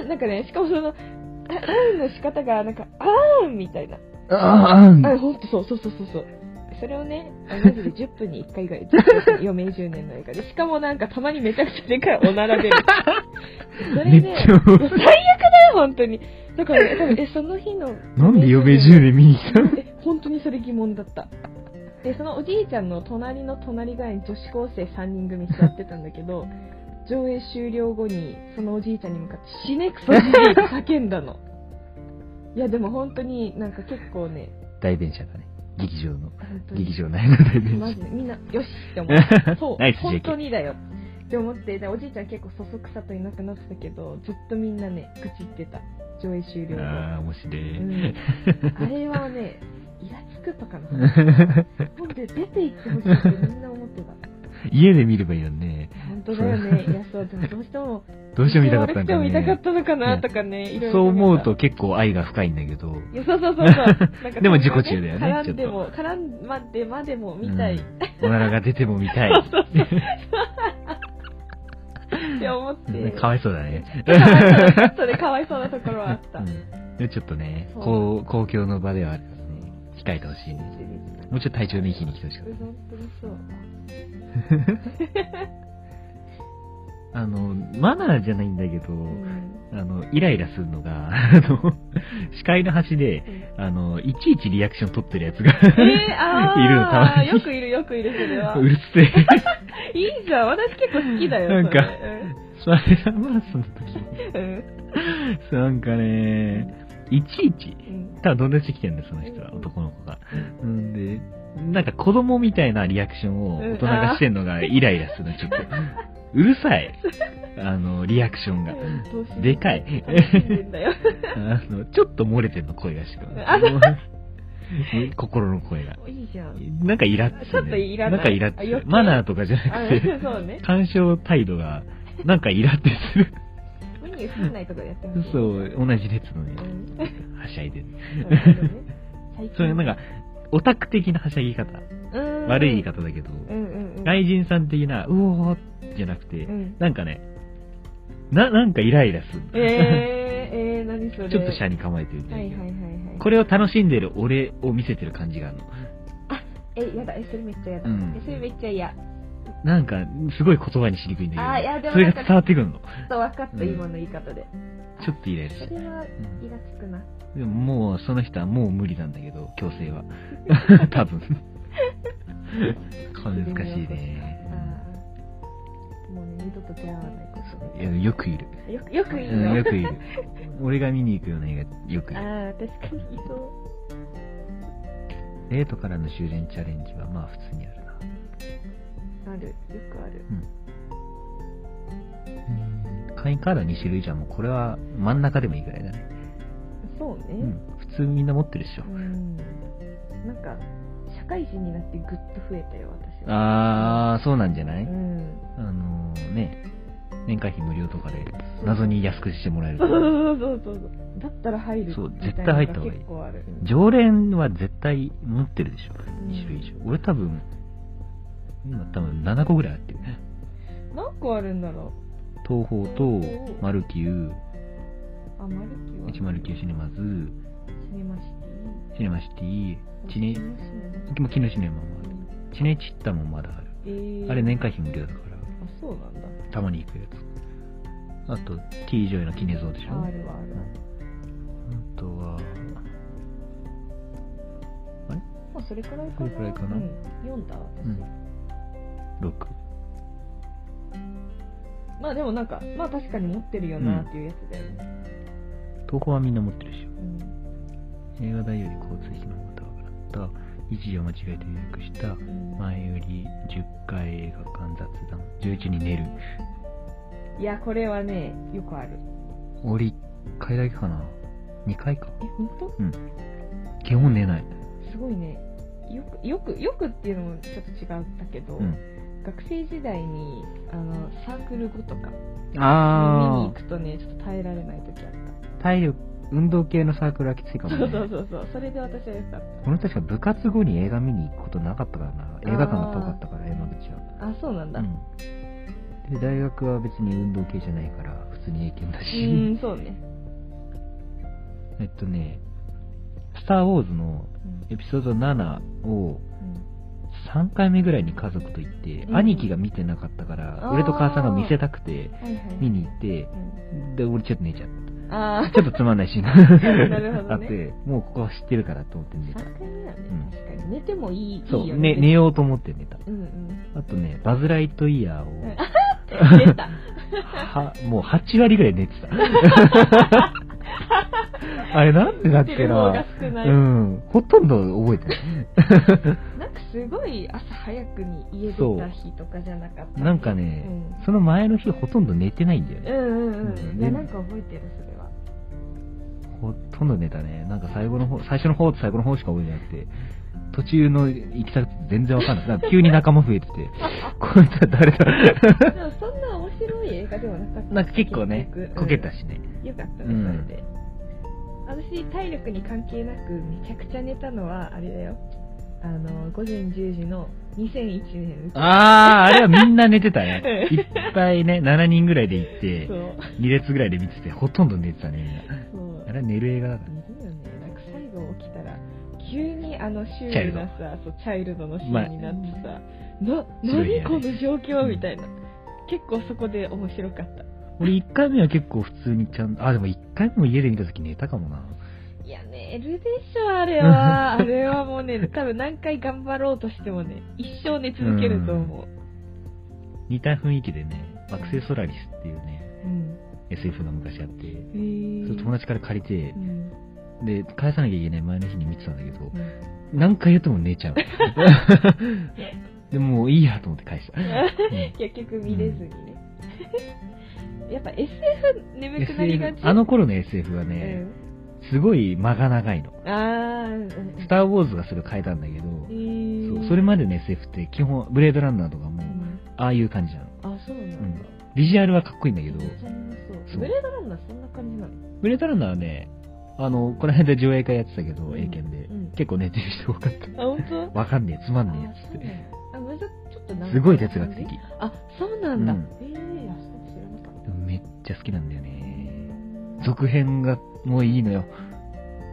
Speaker 2: あん、なんかね、しかもその、あ、あんの仕方が、なんか、あんみたいな。
Speaker 1: ああ、うん
Speaker 2: あ、ほんとそう、そうそうそうそう。それをね、あマジで10分に1回ぐらいずっとやってる、余命10年の映画で。しかもなんか、たまにめちゃくちゃでかいおな
Speaker 1: (laughs)
Speaker 2: ら出る。そ
Speaker 1: め
Speaker 2: れ
Speaker 1: っ
Speaker 2: で、
Speaker 1: ちゃおもろい、
Speaker 2: 本当に。だからね、多分、え、その日の。
Speaker 1: なんで余命10年見に来たの
Speaker 2: え本当にそれ疑問だった。で、そのおじいちゃんの隣の隣ぐらいに女子高生3人組座ってたんだけど、上映終了後に、そのおじいちゃんに向かって、死ねくそじじいって叫んだの。いや、でも本当になんか結構ね、
Speaker 1: 大電車だね。劇場の。
Speaker 2: 本当
Speaker 1: 劇
Speaker 2: に、
Speaker 1: 場内の大
Speaker 2: マ
Speaker 1: 電
Speaker 2: ジでみんな、よしって思っ
Speaker 1: (laughs)
Speaker 2: た。そう
Speaker 1: ナイス、
Speaker 2: 本
Speaker 1: JK
Speaker 2: 当にだよ。って思って、でおじいちゃん結構そそくさといなくなってたけど、ずっとみんなね、愚痴ってた。上映終
Speaker 1: 車。
Speaker 2: 了後。
Speaker 1: ああ、面白
Speaker 2: う
Speaker 1: い。
Speaker 2: んあれはね、イラつくとかの話。ほんで出て行ってほしいってみんな思ってた。
Speaker 1: 家で見ればいいよね。
Speaker 2: 本当だよね。いや、そう、でもどうしても、
Speaker 1: どうしても見たかったんだ
Speaker 2: 悪くても見たか
Speaker 1: ね
Speaker 2: っ。たのかなとかね、いろいろ。
Speaker 1: そう思うと。結構愛が深いんだけど。
Speaker 2: いや、そうそうそうそう。なんか
Speaker 1: (laughs) でも自己中だよね
Speaker 2: 絡んでも、絡んまでまでも見たいっ
Speaker 1: うんおならが出ても見たい。
Speaker 2: (laughs) て思って。
Speaker 1: ねかわいそうだね。
Speaker 2: かわいそうだそれかわいそうなところはあった。
Speaker 1: う
Speaker 2: うん
Speaker 1: んでちょっとね、
Speaker 2: そう
Speaker 1: こう公共の場ではあるからね、控えてほしいね。もうちょっと体調 (laughs) のいい日に来てほしかっ
Speaker 2: 本当にそう。
Speaker 1: た。あの、マナーじゃないんだけど、
Speaker 2: うん
Speaker 1: あの、イライラするのが、 (laughs) あの、視界の端で、あの、いちいちリアクション取ってるやつ
Speaker 2: えー、あー
Speaker 1: いるのたまに
Speaker 2: よくいるよくいる、それは
Speaker 1: (laughs) が、。うるせえ。
Speaker 2: いいじゃん、私結構好きだよ。
Speaker 1: なんか
Speaker 2: それ
Speaker 1: マラソンの時
Speaker 2: うんうん
Speaker 1: なんかね、いちいち、
Speaker 2: うん
Speaker 1: 多分どんなしてきてるんだよ、その人は、男の子が。うんで、なんか子供みたいなリアクションを大人がしてんのがイライラするの、ちょっと。うるさい。あの、リアクションが。
Speaker 2: どうしよう
Speaker 1: でかい
Speaker 2: 楽しんでん
Speaker 1: (laughs)
Speaker 2: だよ
Speaker 1: あの、ちょっと漏れてんの、声がしてくる
Speaker 2: あ。
Speaker 1: (laughs) 心の声が。
Speaker 2: いいじゃん。
Speaker 1: なんかイラッてするね
Speaker 2: ちょっとイラッ
Speaker 1: なんかイラッてす
Speaker 2: あ
Speaker 1: る
Speaker 2: 余。計
Speaker 1: マナーとかじゃ
Speaker 2: あ
Speaker 1: なくて、
Speaker 2: そうね。
Speaker 1: 干渉態度が、なんかイラってする。
Speaker 2: 無に映んないとかやってほしい。
Speaker 1: そうう、同じ列のね、
Speaker 2: ん。
Speaker 1: はしゃいでる。
Speaker 2: そうだよね最近
Speaker 1: それなんか、オタク的なはしゃぎ方。
Speaker 2: うん
Speaker 1: 悪い言い。方だけど、
Speaker 2: うんうんうん。
Speaker 1: 外人さん的な、うおーじゃなくて
Speaker 2: う、ん。
Speaker 1: なんかね、な、なんかイライラす
Speaker 2: えー、
Speaker 1: る。
Speaker 2: えー、何それ。
Speaker 1: ちょっとシャに構えてるみた
Speaker 2: はいい
Speaker 1: な
Speaker 2: はいはいはい。
Speaker 1: これを楽しんでる俺を見せてる感じがあるの。
Speaker 2: え、やだ、え、それめっちゃやだ。
Speaker 1: うん
Speaker 2: え、それめっちゃ嫌。ち
Speaker 1: なんか、すごい言葉にしにくいん
Speaker 2: あ
Speaker 1: だ
Speaker 2: ーいや
Speaker 1: け
Speaker 2: で
Speaker 1: ど、そ
Speaker 2: も
Speaker 1: れが伝わってくるの。
Speaker 2: ょっと分かった、
Speaker 1: うん
Speaker 2: 今の言い方で。
Speaker 1: ちょっとイライラし
Speaker 2: そ
Speaker 1: て。
Speaker 2: (laughs) れは、
Speaker 1: うん
Speaker 2: イラつくな。
Speaker 1: でももう、その人はもう無理なんだけど、強制
Speaker 2: (laughs)
Speaker 1: は。多分。これ難しいね。
Speaker 2: あ二度と出会わないこ
Speaker 1: いやよくいる。
Speaker 2: と。よくよくいい
Speaker 1: うん
Speaker 2: の。
Speaker 1: よくいる。俺が見に行くような映画、よくいる。
Speaker 2: ああ、確かにいそう。
Speaker 1: デートからの修練チャレンジは、まあ普通にあるな。
Speaker 2: ある。よくある。
Speaker 1: うん会員カード2種類じゃん、もうこれは真ん中でもいいぐらいだね。
Speaker 2: そうね。
Speaker 1: うん。普通みんな持ってるでしょ。
Speaker 2: うんなんか社会人になってぐっと増えたよ私は
Speaker 1: あー、そうなんじゃな
Speaker 2: う
Speaker 1: い
Speaker 2: ん
Speaker 1: あのーね、年会費無料とかで謎に安くしてもらえ
Speaker 2: そうそ
Speaker 1: る。
Speaker 2: うそうそうそうだったら入る
Speaker 1: そう
Speaker 2: みい
Speaker 1: 絶
Speaker 2: なの
Speaker 1: 対
Speaker 2: が
Speaker 1: 入った方がいい
Speaker 2: 結構ある
Speaker 1: (laughs) 常連は絶対持ってるでしょ。
Speaker 2: ん
Speaker 1: 2種類以上。俺多分、今多分7個ぐらいあってるね。
Speaker 2: 何個あるんだろ
Speaker 1: 東宝と、マルキュー、
Speaker 2: うあマルキは
Speaker 1: 109シネマズ、
Speaker 2: シネマシ
Speaker 1: シネマシティ、
Speaker 2: ティ
Speaker 1: チネ
Speaker 2: シ、マシ
Speaker 1: も昨
Speaker 2: ネ
Speaker 1: 日シネマもあ
Speaker 2: マ
Speaker 1: る
Speaker 2: シ。
Speaker 1: チネチッタもまだある。
Speaker 2: ティえー
Speaker 1: あれ年会費無料だか
Speaker 2: あそうなんだ
Speaker 1: ら、たまに行くやつ。あと、T ジョイのキネゾーでしょ。
Speaker 2: ああるはある
Speaker 1: あとは、
Speaker 2: まあそれくらいかな
Speaker 1: それくらいかな
Speaker 2: うん、読んだ私、
Speaker 1: うん6。
Speaker 2: まあでもなんかまあ確かに持ってるよなっていうやつだよね、
Speaker 1: 東宝はみんな持ってるでしょ。
Speaker 2: うん
Speaker 1: 映画代より交通費の方が高かった。一時を間違えて予約した。
Speaker 2: うん
Speaker 1: 前より10回映画館雑談。11に寝る。
Speaker 2: いやこれはねよくある
Speaker 1: 俺1回だけかな。2回か。
Speaker 2: え本当
Speaker 1: 基本寝ない。
Speaker 2: すごいねよくよくよくっていうのもちょっと違ったけど、
Speaker 1: うん
Speaker 2: 学生時代にあのサークル後とか見に行
Speaker 1: あ
Speaker 2: くとねちょっと耐えられない時あっ
Speaker 1: ー、体力、運動系のサークルはきついか
Speaker 2: た、
Speaker 1: も
Speaker 2: そ
Speaker 1: ね
Speaker 2: う。そうそうそうそれで私はよかっ
Speaker 1: 俺確か部活後に映画見に行くことなかったからな。映画館が遠かったから、山口は。
Speaker 2: たあそうなんだうん、
Speaker 1: うん、で大学は別に運動系じゃないから普通に英検だし、
Speaker 2: ん、そうね、
Speaker 1: えっとね「スター・ウォーズ」の
Speaker 2: うん
Speaker 1: エピソード7を
Speaker 2: うん
Speaker 1: 3回目ぐらいに家族と行って、
Speaker 2: うん
Speaker 1: 兄貴が見てなかったから
Speaker 2: あー
Speaker 1: 俺と母さんが見せたくて
Speaker 2: はいはい
Speaker 1: 見に行って
Speaker 2: う
Speaker 1: で俺ちょっと寝ちゃっ
Speaker 2: ん、あ (laughs) あ
Speaker 1: たちょっとつまんないシーンが
Speaker 2: なるほ
Speaker 1: あ
Speaker 2: ど
Speaker 1: っ
Speaker 2: ね
Speaker 1: てもうここは知ってるからと思って寝た
Speaker 2: 3回目だね、
Speaker 1: うん
Speaker 2: 確かに寝てもいい
Speaker 1: そ
Speaker 2: いいうよ
Speaker 1: ね
Speaker 2: ね
Speaker 1: 寝ようと思って寝た
Speaker 2: うんうん
Speaker 1: あとねバズ・ライトイヤーを
Speaker 2: ん出た
Speaker 1: は、もう8割ぐらい寝て
Speaker 2: (laughs)
Speaker 1: た。あれなんでだっけ
Speaker 2: 出る方が
Speaker 1: な。
Speaker 2: 少ない、
Speaker 1: うん。ほとんど覚えて
Speaker 2: なんかすごい朝早くに家出た日とかじゃなかった
Speaker 1: ない。なんかね、
Speaker 2: うん
Speaker 1: その前の日ほとんど寝てないんだよ
Speaker 2: う
Speaker 1: ね。
Speaker 2: んうん
Speaker 1: う
Speaker 2: うんん。いや、なんか覚えてる、それは。
Speaker 1: ほとんど寝たね。なんか最後の方、最初の方と最後の方しか覚えてなくて、途中の行き先全然わかんない。なんか急に仲間増えてて、こいつは誰だ
Speaker 2: でも、そんな面白い映画ではなかっ
Speaker 1: (laughs)
Speaker 2: た。
Speaker 1: なんか結構ね、こけた
Speaker 2: し。
Speaker 1: しね。
Speaker 2: よかった
Speaker 1: うん
Speaker 2: ね、それで。私、体力に関係なく、めちゃくちゃ寝たのは、あれだよ。あの、午前10時の2001年。
Speaker 1: あー、あれはみんな寝てたね。
Speaker 2: うん
Speaker 1: いっぱいね、7人ぐらいで行って、
Speaker 2: (laughs) そう。
Speaker 1: 2列ぐらいで見てて、ほとんど寝てたね、みんな。
Speaker 2: そう
Speaker 1: あ。れは寝る映画だか
Speaker 2: 寝るよね。なんか最後起きたら、急にあのシュ
Speaker 1: チャ
Speaker 2: ー
Speaker 1: イル
Speaker 2: ル
Speaker 1: ド
Speaker 2: なさ、そう、チャイルドのシ
Speaker 1: まあ
Speaker 2: ーンになってさ、な、
Speaker 1: 白いね
Speaker 2: 何この状況
Speaker 1: うん
Speaker 2: みたいな。結構そこで面白かった。
Speaker 1: ら。俺1回目は結構普通にちゃんと、あ、でも1回目も家で見た時寝たかもな。
Speaker 2: いやね、寝るでしょ、あれ (laughs) は。あれはもうね、多分何回頑張ろうとしてもね、一生寝続けると思う。
Speaker 1: 似た雰囲気でね、惑星ソラリスっていうね、
Speaker 2: うん。
Speaker 1: SF が昔あって、
Speaker 2: へー
Speaker 1: それ友達から借りて
Speaker 2: う、ん。
Speaker 1: で、返さなきゃいけない前の日に見てたんだけど、
Speaker 2: うん
Speaker 1: 何回やっても寝
Speaker 2: (laughs)
Speaker 1: ちゃう。でも、いいやと思って返した。うん
Speaker 2: 結局見れずにね。 (laughs) やっぱ SF (laughs) 眠くなりが
Speaker 1: SF
Speaker 2: ち。
Speaker 1: あの頃の SF は
Speaker 2: う
Speaker 1: ね、
Speaker 2: ん。
Speaker 1: すごい間が長いの。
Speaker 2: あー、うん
Speaker 1: スター・ウォーズがそれを変えたんだけど、
Speaker 2: うん。
Speaker 1: そうそれまでの SF って基本、ブレードランナーとかも
Speaker 2: う、ん
Speaker 1: ああいう感じなの。
Speaker 2: あ、そうなんだ。
Speaker 1: ビジュアルはかっこいいんだけど
Speaker 2: め、っちゃ眠そう
Speaker 1: そう
Speaker 2: ブレードランナーそんな感じなの
Speaker 1: ブレードランナーはね、あの、この間上映会やってたけど、
Speaker 2: うん
Speaker 1: 英検で
Speaker 2: うん。
Speaker 1: 結構寝てる人多かった。
Speaker 2: あ、本当？
Speaker 1: わかんねえ、つまんね
Speaker 2: あ
Speaker 1: え、つって。
Speaker 2: そうなんだあ、ちょちょっと長い
Speaker 1: すごい哲学的。
Speaker 2: あ、そうなんだ。
Speaker 1: うん
Speaker 2: ええ、あ、そう知らなかっ
Speaker 1: めっちゃ好きなんだよね。
Speaker 2: た。
Speaker 1: 続編がもういいのよ、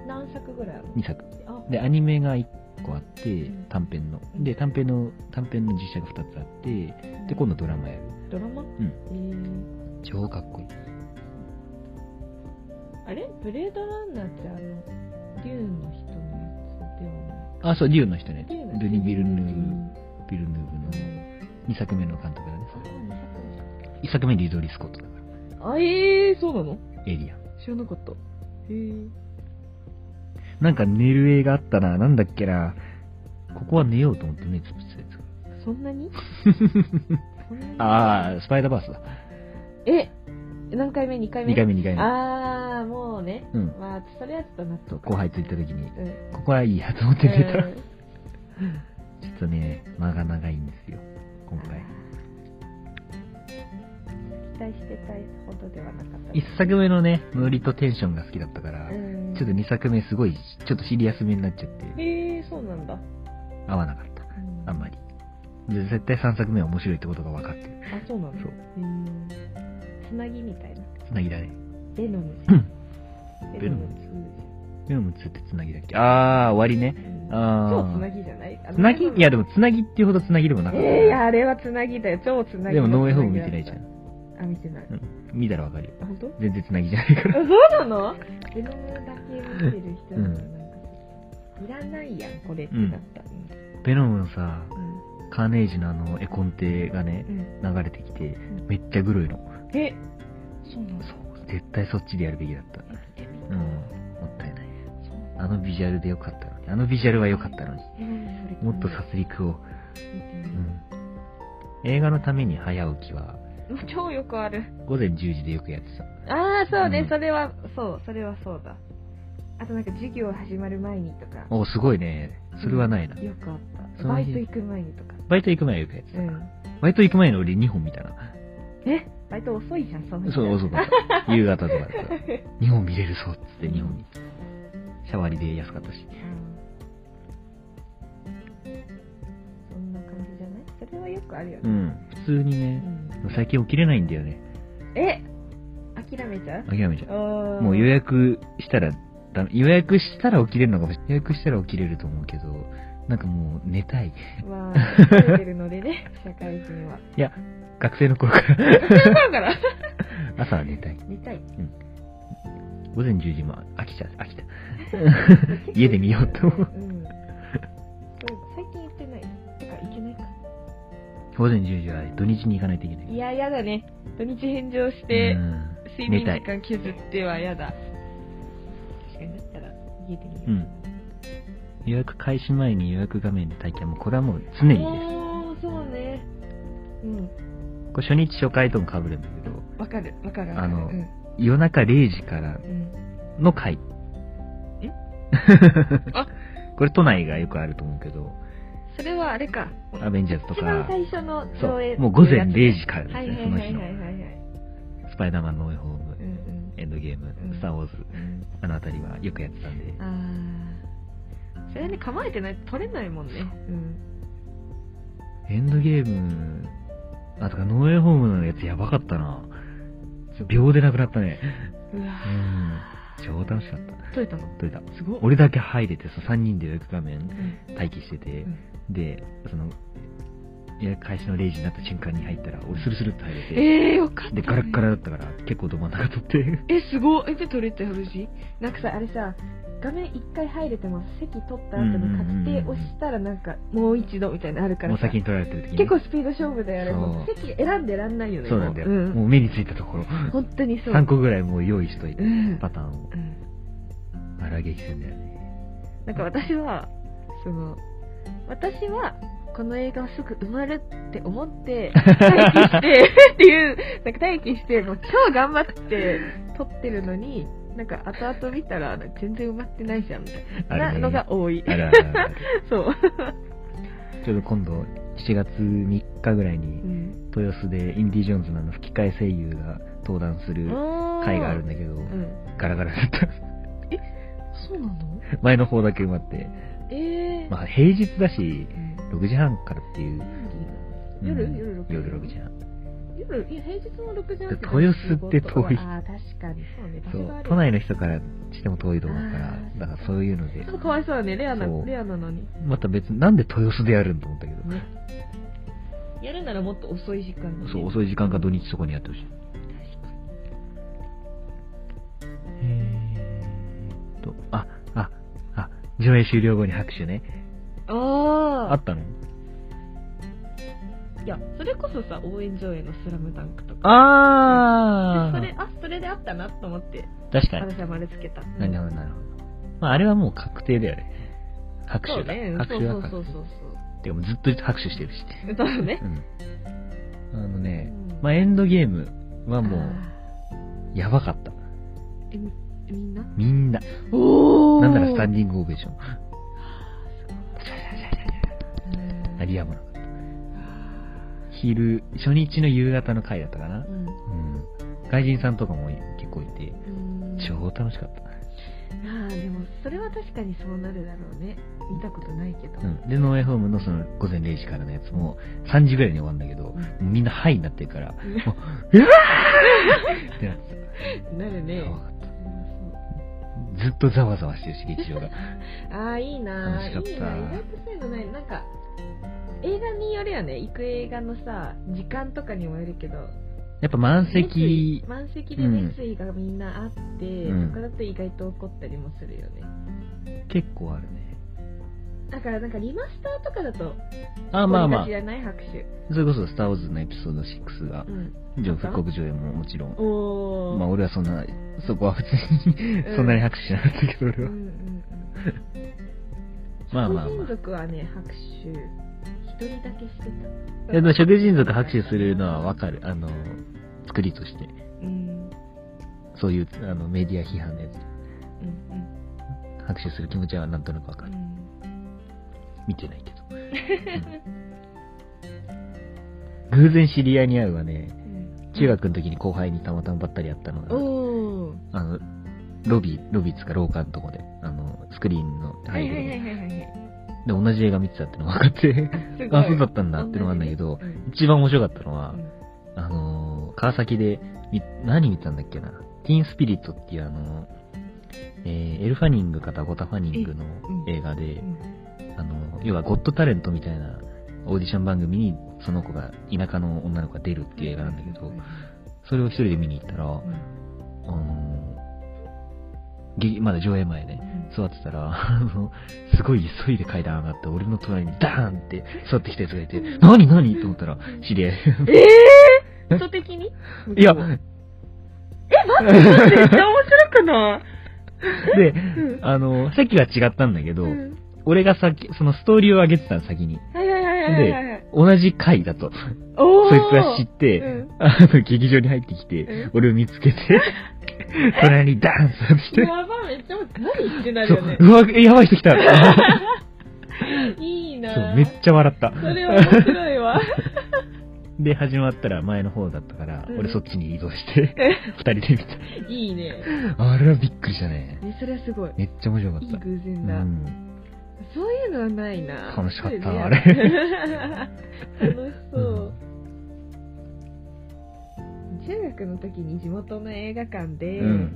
Speaker 2: 何作ぐらいあるの
Speaker 1: 2作。
Speaker 2: あ、
Speaker 1: で、アニメが1個あって
Speaker 2: ん、
Speaker 1: 短編の。で、短編の、短編の実写が2つあって、で、今度ドラマやる。
Speaker 2: ドラマうん。
Speaker 1: 超かっこいい。
Speaker 2: えー、あれブレードランナーってあの、竜の人のやつでは
Speaker 1: あ、そう、リュウの人ね。
Speaker 2: ない。竜の
Speaker 1: ドゥニ・ビルヌー
Speaker 2: うん
Speaker 1: ヴ、ビルヌーヴの2作目の監督だね。
Speaker 2: あ、二作目
Speaker 1: 一作目リドリー・スコットだから、
Speaker 2: あ、えー、そうなの
Speaker 1: エイリアン。
Speaker 2: 知らなかった。へえ。
Speaker 1: なんか寝る映画あったな、なんだっけな。ここは寝ようと思って目つぶってたや
Speaker 2: そん
Speaker 1: (laughs)
Speaker 2: なにそんなに
Speaker 1: つ。ああ、スパイダーバースだ。
Speaker 2: え、何回目 ?2 回目
Speaker 1: 2回目2回目。
Speaker 2: あー、もうね。
Speaker 1: うん。
Speaker 2: まあ、それはちょっと納
Speaker 1: そう
Speaker 2: 得か。
Speaker 1: 後輩ついた時に、
Speaker 2: うん。うん。
Speaker 1: ここはいいやと思って寝たら、ちょっとね、間が長いんですよ、今回。
Speaker 2: 期待してたいほどではなかった。
Speaker 1: 一作目のね、ノリとテンションが好きだったから、
Speaker 2: うん。
Speaker 1: ちょっと2作目すごい、ちょっとシリアスめになっちゃって、
Speaker 2: へえ、そうなんだ。
Speaker 1: 合わなかった。あんま
Speaker 2: り。
Speaker 1: り。で絶対3作目は面白いってことが分かってる。
Speaker 2: あ、そうなんだ。
Speaker 1: そう
Speaker 2: へーつなぎみたいな。
Speaker 1: つなぎだね。
Speaker 2: ベノム
Speaker 1: うん。
Speaker 2: ベノム
Speaker 1: でもつってつなぎだっけあー、終わりね。
Speaker 2: 2。うん
Speaker 1: あ
Speaker 2: 超つな
Speaker 1: ー。
Speaker 2: ぎじゃない
Speaker 1: つなぎいや、でもつなぎっていうほどつなぎでもなかった。
Speaker 2: ええー、あれはつなぎだよ。超つなぎ
Speaker 1: で
Speaker 2: の
Speaker 1: も
Speaker 2: つなぎだった。
Speaker 1: ノーエホーム見てないじゃん。
Speaker 2: あ、見てない。
Speaker 1: 見たら分かるよ。
Speaker 2: あ、本当？
Speaker 1: 全然つなぎじゃないか
Speaker 2: (laughs)
Speaker 1: ら。
Speaker 2: そうなのベノムだけ見てる人なのなんか、いらないやん、これってなった。
Speaker 1: ベノムのさ、
Speaker 2: うん。
Speaker 1: カーネージのあの、絵コンテがね、
Speaker 2: うん。
Speaker 1: 流れてきて、めっちゃグロいの。
Speaker 2: え、そうなの
Speaker 1: そう、絶対そっちでやるべきだった。
Speaker 2: え、見
Speaker 1: うん、
Speaker 2: た
Speaker 1: もったいない。
Speaker 2: そうなの
Speaker 1: あのビジュアルでよかったのに。あのビジュアルは良かったのに。
Speaker 2: えなんでそれ
Speaker 1: もっと殺戮を。
Speaker 2: 見て
Speaker 1: う
Speaker 2: ない
Speaker 1: ん。映画のために早起きは、
Speaker 2: 超よくある。
Speaker 1: 午前10時でよくやってた。
Speaker 2: ああ、そうね、
Speaker 1: うん
Speaker 2: それは、そう、それはそうだ。あとなんか授業始まる前にとか。
Speaker 1: お、すごいね。それはないな。
Speaker 2: よくあった。
Speaker 1: その
Speaker 2: バイ
Speaker 1: 日
Speaker 2: ト行く前にとか。
Speaker 1: バイト行く前よくやってた
Speaker 2: う
Speaker 1: な。
Speaker 2: ん。
Speaker 1: バイト行く前の俺2本見たな。
Speaker 2: え、バイト遅いじゃん、その日
Speaker 1: そう、
Speaker 2: (laughs)
Speaker 1: 遅かった。 (laughs) 夕方とかだった。2本見れるそうっつって2本見た。シャワリで安かったし。
Speaker 2: うんそんな感じじゃないそれはよくあるよ
Speaker 1: う
Speaker 2: ね。
Speaker 1: ん。普通に
Speaker 2: う
Speaker 1: ね、
Speaker 2: ん
Speaker 1: 最近起きれないんだよね。
Speaker 2: え諦めちゃう
Speaker 1: 諦めちゃう。
Speaker 2: あー
Speaker 1: もう予約したらダメ、予約したら起きれるのかもしれない。予約したら起きれると思うけど、なんかもう寝たい。
Speaker 2: まあ、増えてるのでね、
Speaker 1: (laughs)
Speaker 2: 社会人は。
Speaker 1: 学生の頃から。
Speaker 2: だから
Speaker 1: 朝は寝たい。
Speaker 2: 寝たい。
Speaker 1: 午前10時も飽きちゃう、飽きた。 (laughs) 家で見ようと思う。
Speaker 2: うん。そう最近行ってない。てか、行けないか。
Speaker 1: 午前10時は土日に行かないといけない。
Speaker 2: いや、やだね。土日返上して
Speaker 1: う、ん
Speaker 2: 睡
Speaker 1: 寝
Speaker 2: 眠
Speaker 1: た
Speaker 2: 時
Speaker 1: い。
Speaker 2: 間削ってはやだ。確かにだったら、家で見よう。
Speaker 1: うん予約開始前に予約画面で体験も、これはもう常にです。
Speaker 2: おー、そうね。うん。
Speaker 1: これ初日初回とも被るんだけど、
Speaker 2: わかる、わかる。わかる
Speaker 1: あの
Speaker 2: うん
Speaker 1: 夜中0時から
Speaker 2: うん。
Speaker 1: の回。
Speaker 2: えあ
Speaker 1: (laughs) これ都内がよくあると思うけど、
Speaker 2: それはあれか。
Speaker 1: アベンジャーズと
Speaker 2: 一
Speaker 1: か
Speaker 2: 番、最初の
Speaker 1: そ
Speaker 2: 上映
Speaker 1: う、もう午前
Speaker 2: やつ
Speaker 1: 0時からです
Speaker 2: はいは
Speaker 1: ね、そ
Speaker 2: いは
Speaker 1: の
Speaker 2: い
Speaker 1: 日
Speaker 2: は
Speaker 1: の
Speaker 2: い。はい。
Speaker 1: スパイダーマンのオイホーム
Speaker 2: う、ん
Speaker 1: エンドゲーム
Speaker 2: うん、
Speaker 1: スター・ウォーズ、
Speaker 2: うん。
Speaker 1: あのあたりはよくやってたんで、
Speaker 2: あー。それはね、構えてないと取れないもんね。うん。
Speaker 1: エンドゲーム、あ、とかノーウェイホームのやつやばかったな。秒でなくなったね。
Speaker 2: うわ
Speaker 1: うん。超楽しかった。
Speaker 2: ー。取れたの
Speaker 1: 撮れた。
Speaker 2: すごい。
Speaker 1: 俺だけ入れて、その3人で予約画面
Speaker 2: うん
Speaker 1: 待機してて
Speaker 2: うん、
Speaker 1: で、その、予約開始の0時になった瞬間に入ったら、俺スルスルって入れて、
Speaker 2: えー、よかった、ね。
Speaker 1: で、ガラッガラだったから、結構ど真ん中撮って。
Speaker 2: え、すごい。え、で、取れたよ、無事。なんかさ、あれさ、画面一回入れても、席取った後に確定押したら、なんか、もう一度みたいなのあるか
Speaker 1: も
Speaker 2: ら
Speaker 1: う
Speaker 2: さ。
Speaker 1: 先に撮られてる時にね。
Speaker 2: 結構スピード勝負だよ、あれ。
Speaker 1: そう
Speaker 2: もう席選んでらんないよね。
Speaker 1: そうなんだよ。
Speaker 2: も
Speaker 1: もう目についたところ。
Speaker 2: うん。本当にそう。
Speaker 1: 3個ぐらいもう用意しといて
Speaker 2: う、ん。
Speaker 1: パターンを。
Speaker 2: うん
Speaker 1: あれは激戦だよね。
Speaker 2: なんか私は、その、私は、この映画はすぐ埋まるって思って、待機して、っていう、なんか待機して、もう超頑張って撮ってるのに、なんか後々見たら、全然埋まってないじゃん、みたい
Speaker 1: ある
Speaker 2: な
Speaker 1: ね
Speaker 2: のが多
Speaker 1: (laughs)
Speaker 2: い。
Speaker 1: あるあるある。
Speaker 2: そう。
Speaker 1: ちょうど今度、7月3日ぐらいうに、
Speaker 2: ん。
Speaker 1: 豊洲でインディ・ジョーンズのあの吹き替え声優が登壇する会があるんだけど、
Speaker 2: うん。
Speaker 1: ガラガラだった。 (laughs)
Speaker 2: そうなの
Speaker 1: 前の方だけ埋まって。
Speaker 2: えー。
Speaker 1: まあ、平日だし、
Speaker 2: うん
Speaker 1: 6時半からっていう。
Speaker 2: 夜
Speaker 1: うん
Speaker 2: 夜6時
Speaker 1: 夜6時半。
Speaker 2: 夜、いや、平日の6時半
Speaker 1: 豊洲って遠い
Speaker 2: ああ、確かに。そうね、場
Speaker 1: そ
Speaker 2: 所があ
Speaker 1: う、
Speaker 2: る
Speaker 1: 都内の人からしても遠いと思うか
Speaker 2: あ
Speaker 1: ら、
Speaker 2: ー
Speaker 1: だからそういうので
Speaker 2: ちょっ、とかわいそうだね、レアな、
Speaker 1: そう
Speaker 2: レアなのに。
Speaker 1: また別に、なんで豊洲でやるんと思ったけど、
Speaker 2: ね。やるならもっと遅い時間に、
Speaker 1: そう、
Speaker 2: 確
Speaker 1: 遅い時間か土日そこにやってほしい。
Speaker 2: かに。
Speaker 1: えーっと、あ、あ、あ、上映終了後に拍手ね。あ
Speaker 2: ああ
Speaker 1: っ、たの
Speaker 2: いや、それこそさ、応援上映のスラムダンクとか。
Speaker 1: あ
Speaker 2: でそ
Speaker 1: ー
Speaker 2: れ、あ、それであったなと思って、
Speaker 1: 確かに。
Speaker 2: 私は丸つけた。うん
Speaker 1: なるほど、なるほど。まあ、あれはもう確定だよね。拍
Speaker 2: そ
Speaker 1: 手
Speaker 2: う
Speaker 1: だ。
Speaker 2: ね。そ
Speaker 1: 拍手
Speaker 2: うそ
Speaker 1: は
Speaker 2: う
Speaker 1: 確
Speaker 2: そう
Speaker 1: 定。
Speaker 2: そう
Speaker 1: でもずっと拍手してるし。
Speaker 2: そう。そうね
Speaker 1: う。ん。あのね、
Speaker 2: うん
Speaker 1: まあ、エンドゲームはもう、
Speaker 2: あ
Speaker 1: やばかった。
Speaker 2: ーえみみんな
Speaker 1: みんな。
Speaker 2: お
Speaker 1: なんならスタン
Speaker 2: デ
Speaker 1: ディングオベーション。ありやまなかった。昼、初日の夕方の回だったかな。うん。外人さんとかも結構いて、超楽しかった。
Speaker 2: ああでもそれは確かにそうなるだろうね見たことないけど、
Speaker 1: うん、で、ノーエホームのその午前0時からのやつも3時ぐらいに終わるんだけど、もうみんなハイになってるから、もう、うわーってなっ
Speaker 2: (laughs)
Speaker 1: て
Speaker 2: なる
Speaker 1: た。
Speaker 2: ね
Speaker 1: やばかったずっとざわざわしてるし、劇場が。
Speaker 2: ああいいなー
Speaker 1: 楽
Speaker 2: い
Speaker 1: し
Speaker 2: い
Speaker 1: かった
Speaker 2: な意外とそういうのないなんか映画によるよね行く映画のさ時間とかにもよるけど
Speaker 1: やっぱ満
Speaker 2: 熱意
Speaker 1: 席、
Speaker 2: 満席で熱意がみんなあって、
Speaker 1: うん
Speaker 2: そこだと意外と怒ったりもするよね
Speaker 1: 結構あるね。
Speaker 2: だからなんかリマスターとかだと
Speaker 1: あ、まあまあ
Speaker 2: じ、ゃない拍手、
Speaker 1: それこそスター・ウォーズのエピソード6が
Speaker 2: う、ん、
Speaker 1: ジョン復刻上映ももちろん、
Speaker 2: おお、
Speaker 1: まあ俺はそんな、そこは普通に
Speaker 2: う、ん
Speaker 1: そんなに拍手しなかったけど
Speaker 2: う
Speaker 1: 俺
Speaker 2: んう
Speaker 1: は。
Speaker 2: んうん
Speaker 1: (laughs) まあまあまあ
Speaker 2: 食人族はね、拍手、一人だけしてた。
Speaker 1: いやでも食人族拍手するのはわかる。あの、作りとして。
Speaker 2: うん、
Speaker 1: そういうあのメディア批判のやつ。
Speaker 2: うん、うん
Speaker 1: 拍手する気持ちはなんとなくわ
Speaker 2: う
Speaker 1: かる。
Speaker 2: ん。
Speaker 1: 見てないけど。うん偶然知り合いに会うはね、
Speaker 2: うん
Speaker 1: 中学の時に後輩にたまたまばったり会ったのが、
Speaker 2: おー。
Speaker 1: あの、ロビー、ロビーっつうか廊下のとこで、あの、スクリーンの
Speaker 2: は
Speaker 1: 入
Speaker 2: い
Speaker 1: る
Speaker 2: は
Speaker 1: とこ
Speaker 2: いはい
Speaker 1: で、
Speaker 2: はいはい。
Speaker 1: 同じ映画見てたってのが分かって、
Speaker 2: すごい。
Speaker 1: あ、そうだったんだってのがあるんだけど、
Speaker 2: うん
Speaker 1: 一番面白かったの
Speaker 2: う
Speaker 1: は
Speaker 2: ん、
Speaker 1: あのー、川崎で、み何見たんだっけな、ティーンスピリットっていうあの、えーエルファニングかダコタファニングの
Speaker 2: え
Speaker 1: 映画で
Speaker 2: う、ん
Speaker 1: あの、要はゴッドタレントみたいなオーディション番組にその子が、田舎の女の子が出るっていう映画なんだけ
Speaker 2: う
Speaker 1: ど
Speaker 2: ん、
Speaker 1: それを一人で見に行ったら、あのーぎまだ上映前ね、座ってたら、あの、すごい急いで階段上がって、俺の隣にダーンって座ってきたやつがいて、何何と思ったら、知り合い。
Speaker 2: え
Speaker 1: (laughs)
Speaker 2: ぇ人的に
Speaker 1: いや、
Speaker 2: え、待って、めっちゃ面白くない
Speaker 1: で、
Speaker 2: うん
Speaker 1: あの、席は違ったんだけど、
Speaker 2: うん
Speaker 1: 俺が先、そのストーリーを上げてたの先に。
Speaker 2: はいはいはいはいはいはい。
Speaker 1: 同じ回だと、
Speaker 2: おー
Speaker 1: そいつが知って、
Speaker 2: うん
Speaker 1: あの、劇場に入ってきて、
Speaker 2: うん
Speaker 1: 俺を見つけて、
Speaker 2: (laughs)
Speaker 1: 隣にダンスして、
Speaker 2: やば、めっちゃ面白い、何言ってなる
Speaker 1: そ
Speaker 2: よね
Speaker 1: う、。うわ、えやばい人来た
Speaker 2: (laughs) いいな
Speaker 1: そう、
Speaker 2: ぁ
Speaker 1: めっちゃ笑った。
Speaker 2: それは面白い
Speaker 1: (laughs)
Speaker 2: わ。
Speaker 1: で、始まったら前の方だったから、
Speaker 2: うん
Speaker 1: 俺そっちに移動して、二人で見
Speaker 2: いいね。
Speaker 1: た。あれはびっくりしたね。
Speaker 2: ね、それはすごい。
Speaker 1: めっちゃ面白かっ
Speaker 2: いい
Speaker 1: た。
Speaker 2: 偶然
Speaker 1: う
Speaker 2: だ。
Speaker 1: ん、
Speaker 2: そういうのはないな。
Speaker 1: 楽しかった
Speaker 2: そう
Speaker 1: あ
Speaker 2: ですね (laughs) 楽しそうう。中学の時に地元の映画館
Speaker 1: う
Speaker 2: で、
Speaker 1: ん。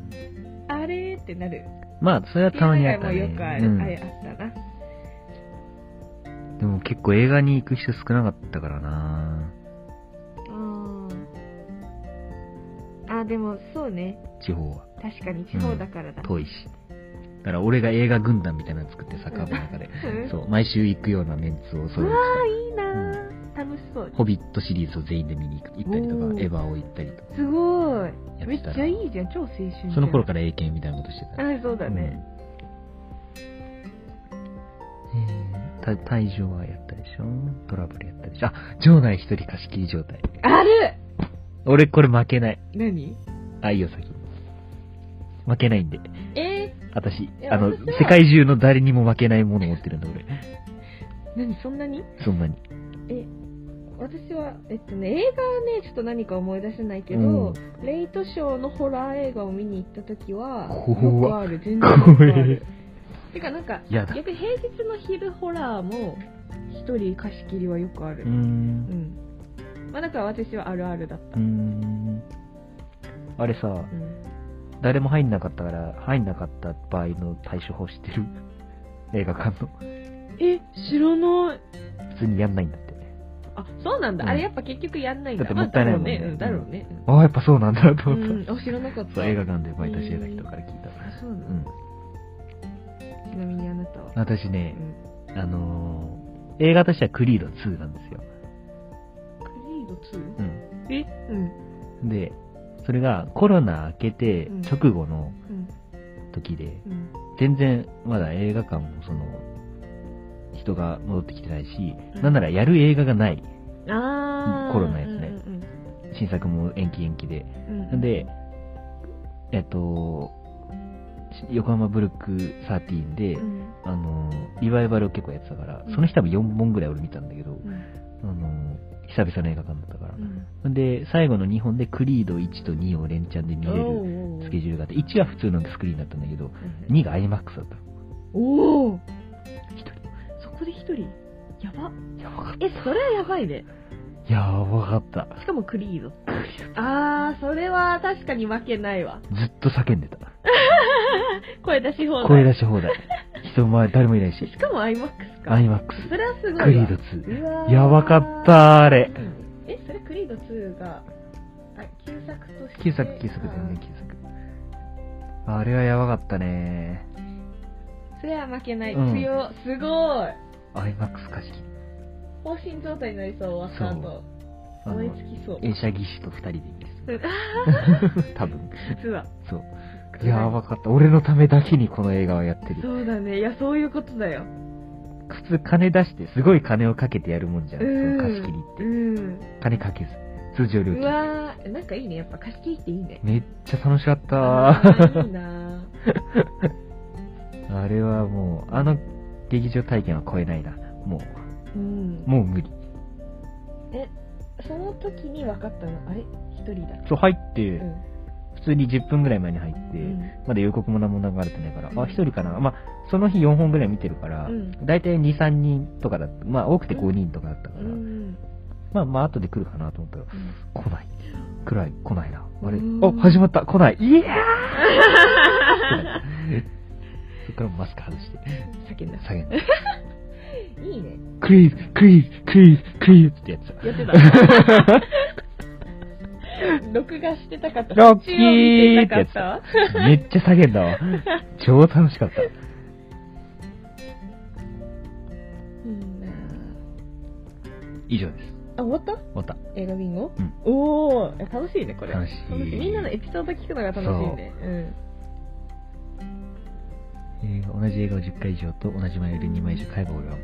Speaker 2: あれーってなる。
Speaker 1: まあ、それはたまにあったね。
Speaker 2: っていうのがもうよくあ
Speaker 1: う
Speaker 2: る、
Speaker 1: ん
Speaker 2: あれあったな。
Speaker 1: でも結構映画に行く人少なかったからな
Speaker 2: あーでもそうね。
Speaker 1: 地方は。
Speaker 2: 確かに地方だからだ。
Speaker 1: 遠いし。だから俺が映画軍団みたいなの作ってサッカー部の中で、
Speaker 2: うん
Speaker 1: そう、毎週行くようなメンツをそうう
Speaker 2: わ
Speaker 1: いう、
Speaker 2: ーいいなー楽しそう。
Speaker 1: ホビットシリーズを全員で見に行く行ったりとか
Speaker 2: お、ー
Speaker 1: エヴァを行ったりとか
Speaker 2: すごい。
Speaker 1: やっ
Speaker 2: め
Speaker 1: て
Speaker 2: った
Speaker 1: ら、
Speaker 2: ちゃいいじゃん。超青春じゃん。
Speaker 1: その頃から英検みたいなことしてた。
Speaker 2: あ、そうだね。
Speaker 1: うん。えー、た退場はやったでしょトラブルやったでしょあ、場内一人貸し切り状態。
Speaker 2: ある
Speaker 1: 俺これ負けない。
Speaker 2: 何
Speaker 1: あ、いいよ先に。負けないんで。
Speaker 2: え
Speaker 1: 私
Speaker 2: い、や
Speaker 1: あの、
Speaker 2: 私は
Speaker 1: 世界中の誰にも負けないものを持ってるんだ、俺。
Speaker 2: ー、何そんなに
Speaker 1: そんなに。
Speaker 2: 私は、えっとね、映画はね、ちょっと何か思い出せないけど、
Speaker 1: うん
Speaker 2: レイトショーのホラー映画を見に行った時は、
Speaker 1: 怖っ
Speaker 2: よくある、全然よくある。てかなんか、
Speaker 1: やだ。
Speaker 2: 逆に平日の昼ホラーも、一人貸し切りはよくある。
Speaker 1: うー
Speaker 2: うん。
Speaker 1: ん。
Speaker 2: まあだから私はあるあるだっ
Speaker 1: うーん。あれさ
Speaker 2: た。、うん。
Speaker 1: 誰も入んなかったから、入んなかった場合の対処法知ってる (laughs) 映画館の。
Speaker 2: え、知らな
Speaker 1: 普
Speaker 2: い。
Speaker 1: 通にやんないんだって。
Speaker 2: あ、そうなんだ。
Speaker 1: うん
Speaker 2: あれやっぱ結局やんないんだ。
Speaker 1: だってもったいないもんね
Speaker 2: まあだろうね。
Speaker 1: ああ、やっぱそうなんだと
Speaker 2: うん
Speaker 1: 思った。
Speaker 2: うん。あ、知らなかった。
Speaker 1: そう、映画館でバイトしてた人から聞いた。
Speaker 2: そうな
Speaker 1: う
Speaker 2: の
Speaker 1: ん。
Speaker 2: ちなみにあなたは。
Speaker 1: 私
Speaker 2: う
Speaker 1: ね、
Speaker 2: ん
Speaker 1: あのー、映画としてはクリード2なんですよ。
Speaker 2: 2?
Speaker 1: う
Speaker 2: えうん。
Speaker 1: ん。で、それがコロナ明けて
Speaker 2: うん
Speaker 1: 直後の
Speaker 2: うん。
Speaker 1: 時で、
Speaker 2: うん。
Speaker 1: 全然まだ映画館もその、人が戻ってきてないし、
Speaker 2: うん
Speaker 1: なんならやる映画がない。
Speaker 2: あー。
Speaker 1: コロナやつね
Speaker 2: うん
Speaker 1: 新作も延期延期で。
Speaker 2: うんうん。うん
Speaker 1: で、、えっと、し横浜ブルック13で、
Speaker 2: うん
Speaker 1: あの、リバイバルを結構やってたから
Speaker 2: う、ん
Speaker 1: その日多分4本ぐらい俺見たんだけど、
Speaker 2: うん
Speaker 1: あの、久々の映画館だったから
Speaker 2: う。ん。
Speaker 1: で、最後の2本でクリード1と2を連チャンで見れる
Speaker 2: おー
Speaker 1: スケジュールがあって、1は普通のスクリーンだったんだけど、
Speaker 2: うん
Speaker 1: 2が IMAX だった。
Speaker 2: おお
Speaker 1: 一人。
Speaker 2: そこで一人やば
Speaker 1: やばかっ
Speaker 2: えそれはやばいね
Speaker 1: た。やばかった。
Speaker 2: しかもクリードあーそれは確かに負けないわ
Speaker 1: ずっと叫んでた。
Speaker 2: 声出し放題
Speaker 1: 声出し放題。人前誰もいないし。
Speaker 2: しかも IMAX か
Speaker 1: IMAX。
Speaker 2: それはすごいわ
Speaker 1: クリード
Speaker 2: うわ
Speaker 1: 2。やばかった、あれ
Speaker 2: う。んえそれクリード2があ旧作として
Speaker 1: 旧作、旧作だよね、旧作。あれはやばかったね。
Speaker 2: あーそれは負けない、
Speaker 1: うん
Speaker 2: 強すごい
Speaker 1: IMAX 貸し切り。
Speaker 2: 放心状態になりそう終わった後
Speaker 1: あ
Speaker 2: 燃え
Speaker 1: の、
Speaker 2: 尽きそう
Speaker 1: 映写技師と二人で見る。
Speaker 2: うんあ (laughs)
Speaker 1: 多分。
Speaker 2: ー実は
Speaker 1: そう。やばかった。俺のためだけにこの映画はやってる。
Speaker 2: そうだねいやそういうことだよ
Speaker 1: 普通金出して、すごい金をかけてやるもんじゃん。そ
Speaker 2: うん
Speaker 1: の貸し切りって。
Speaker 2: うん
Speaker 1: 金かけず。通常料
Speaker 2: う
Speaker 1: 金。
Speaker 2: わーなんかいいねやっぱ貸し切りっていいね
Speaker 1: めっちゃ楽しかった
Speaker 2: あ
Speaker 1: あ
Speaker 2: ーいいな
Speaker 1: れはもう、あの劇場体験は超えないな。も
Speaker 2: ーうん
Speaker 1: う、もう無理。
Speaker 2: その時に分かったのあれ一人だ
Speaker 1: そう、入って
Speaker 2: う、ん
Speaker 1: 普通に10分ぐらい前に入って、
Speaker 2: うん
Speaker 1: まだ予告も何も流れてないから、
Speaker 2: うん
Speaker 1: あ、一人かな。まあ、その日4本ぐらい見てるから、
Speaker 2: うん
Speaker 1: だいたい2、3人とかだった。まあ、多くて5人とかだったか
Speaker 2: う
Speaker 1: ら、
Speaker 2: ん
Speaker 1: まあまあ、後で来るかなと思ったら、来ない。暗い、来ないな。あれ、
Speaker 2: うん
Speaker 1: あ、始まった、来ない。いや
Speaker 2: (laughs)
Speaker 1: ーそっからマスク外して、
Speaker 2: 叫んだ
Speaker 1: 下げて、
Speaker 2: いいね
Speaker 1: クリーズ、クリーズ、クリーズ、クリーズってやってた。
Speaker 2: やって
Speaker 1: (laughs)
Speaker 2: た録画してたかった
Speaker 1: ロッキー
Speaker 2: 中央見てたかったわ
Speaker 1: めっちゃ叫んだ
Speaker 2: (laughs)
Speaker 1: わ。超楽しかった。
Speaker 2: いいな
Speaker 1: 以上です。
Speaker 2: あ終わった
Speaker 1: また。
Speaker 2: 映画ビンゴ、
Speaker 1: うん
Speaker 2: おお楽しいねこれ
Speaker 1: 楽しい
Speaker 2: みんなのエピソード聞くのが楽しいねうん
Speaker 1: えー同じ映画を10回以上と同じ前より2枚以上買えば俺はもう。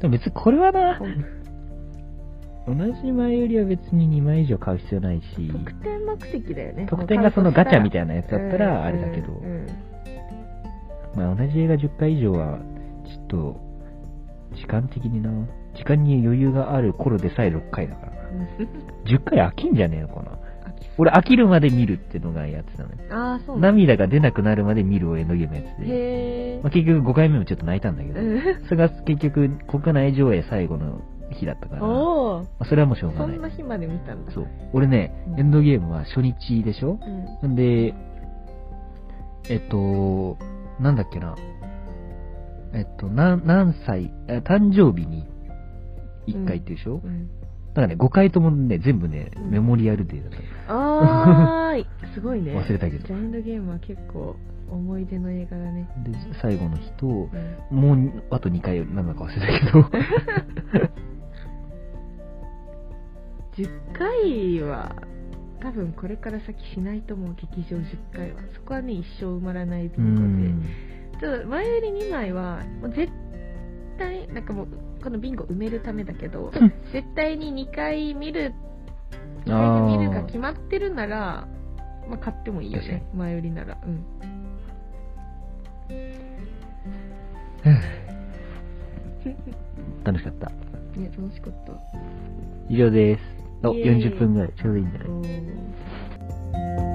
Speaker 1: でも別にこれはな、同じ前よりは別に2枚以上買う必要ないし、
Speaker 2: 得点目的だよね
Speaker 1: 特典がそのガチャみたいなやつだ
Speaker 2: だ
Speaker 1: ったらあれだけど、
Speaker 2: うん
Speaker 1: まあ、同じ映画10回以上は、ちょっと、時間的にな、時間に余裕がある頃でさえ6回だからな。10回飽きんじゃねえのかな。俺飽きるまで見るってのがやってたのよ。
Speaker 2: ああそうなんだ
Speaker 1: 涙が出なくなるまで見るを絵のゲームやってて、
Speaker 2: へ
Speaker 1: まあ、結局5回目もちょっと泣いたんだけ
Speaker 2: え、
Speaker 1: ど、
Speaker 2: う
Speaker 1: それが結局国内上映最後の日だったか
Speaker 2: ん、
Speaker 1: ら、ま
Speaker 2: おお
Speaker 1: あ、それはもうしょう
Speaker 2: そ
Speaker 1: がない
Speaker 2: ん。な日まで見たんだ
Speaker 1: そう。俺ね、
Speaker 2: うん
Speaker 1: エンドゲームは初日でしょ
Speaker 2: うん
Speaker 1: んで、えっと、なんだっけな。えっと、な何歳、え誕生日に1回っていうでしょ、
Speaker 2: うん
Speaker 1: だからね、5回ともね、全部ね、
Speaker 2: うん
Speaker 1: メモリアルデーだった。
Speaker 2: あー
Speaker 1: (laughs)
Speaker 2: いすごいね
Speaker 1: 忘れたけど
Speaker 2: ジャイアンドゲームは結構思い出の映画だね、
Speaker 1: で、最後の日と、も
Speaker 2: うん
Speaker 1: う、あと2回なんだか忘れたけ
Speaker 2: (laughs)
Speaker 1: ど、
Speaker 2: 10回は多分これから先しないと思う劇場10回はそこはね一生埋まらないビ
Speaker 1: う
Speaker 2: ン
Speaker 1: ん。
Speaker 2: ゴでちょっと前より2枚はもう絶対なんかもうこのビンゴ埋めるためだけど
Speaker 1: ん
Speaker 2: 絶対に2回見る2
Speaker 1: あ
Speaker 2: 回見るが決
Speaker 1: ー
Speaker 2: まってるならまあ、買ってもいいよね
Speaker 1: 確
Speaker 2: 前よりならうん
Speaker 1: 楽しかった。
Speaker 2: ね楽しかった
Speaker 1: 以上です。お、
Speaker 2: イエーイ
Speaker 1: 40分ぐらい、ちょうどいいんじゃない
Speaker 2: おー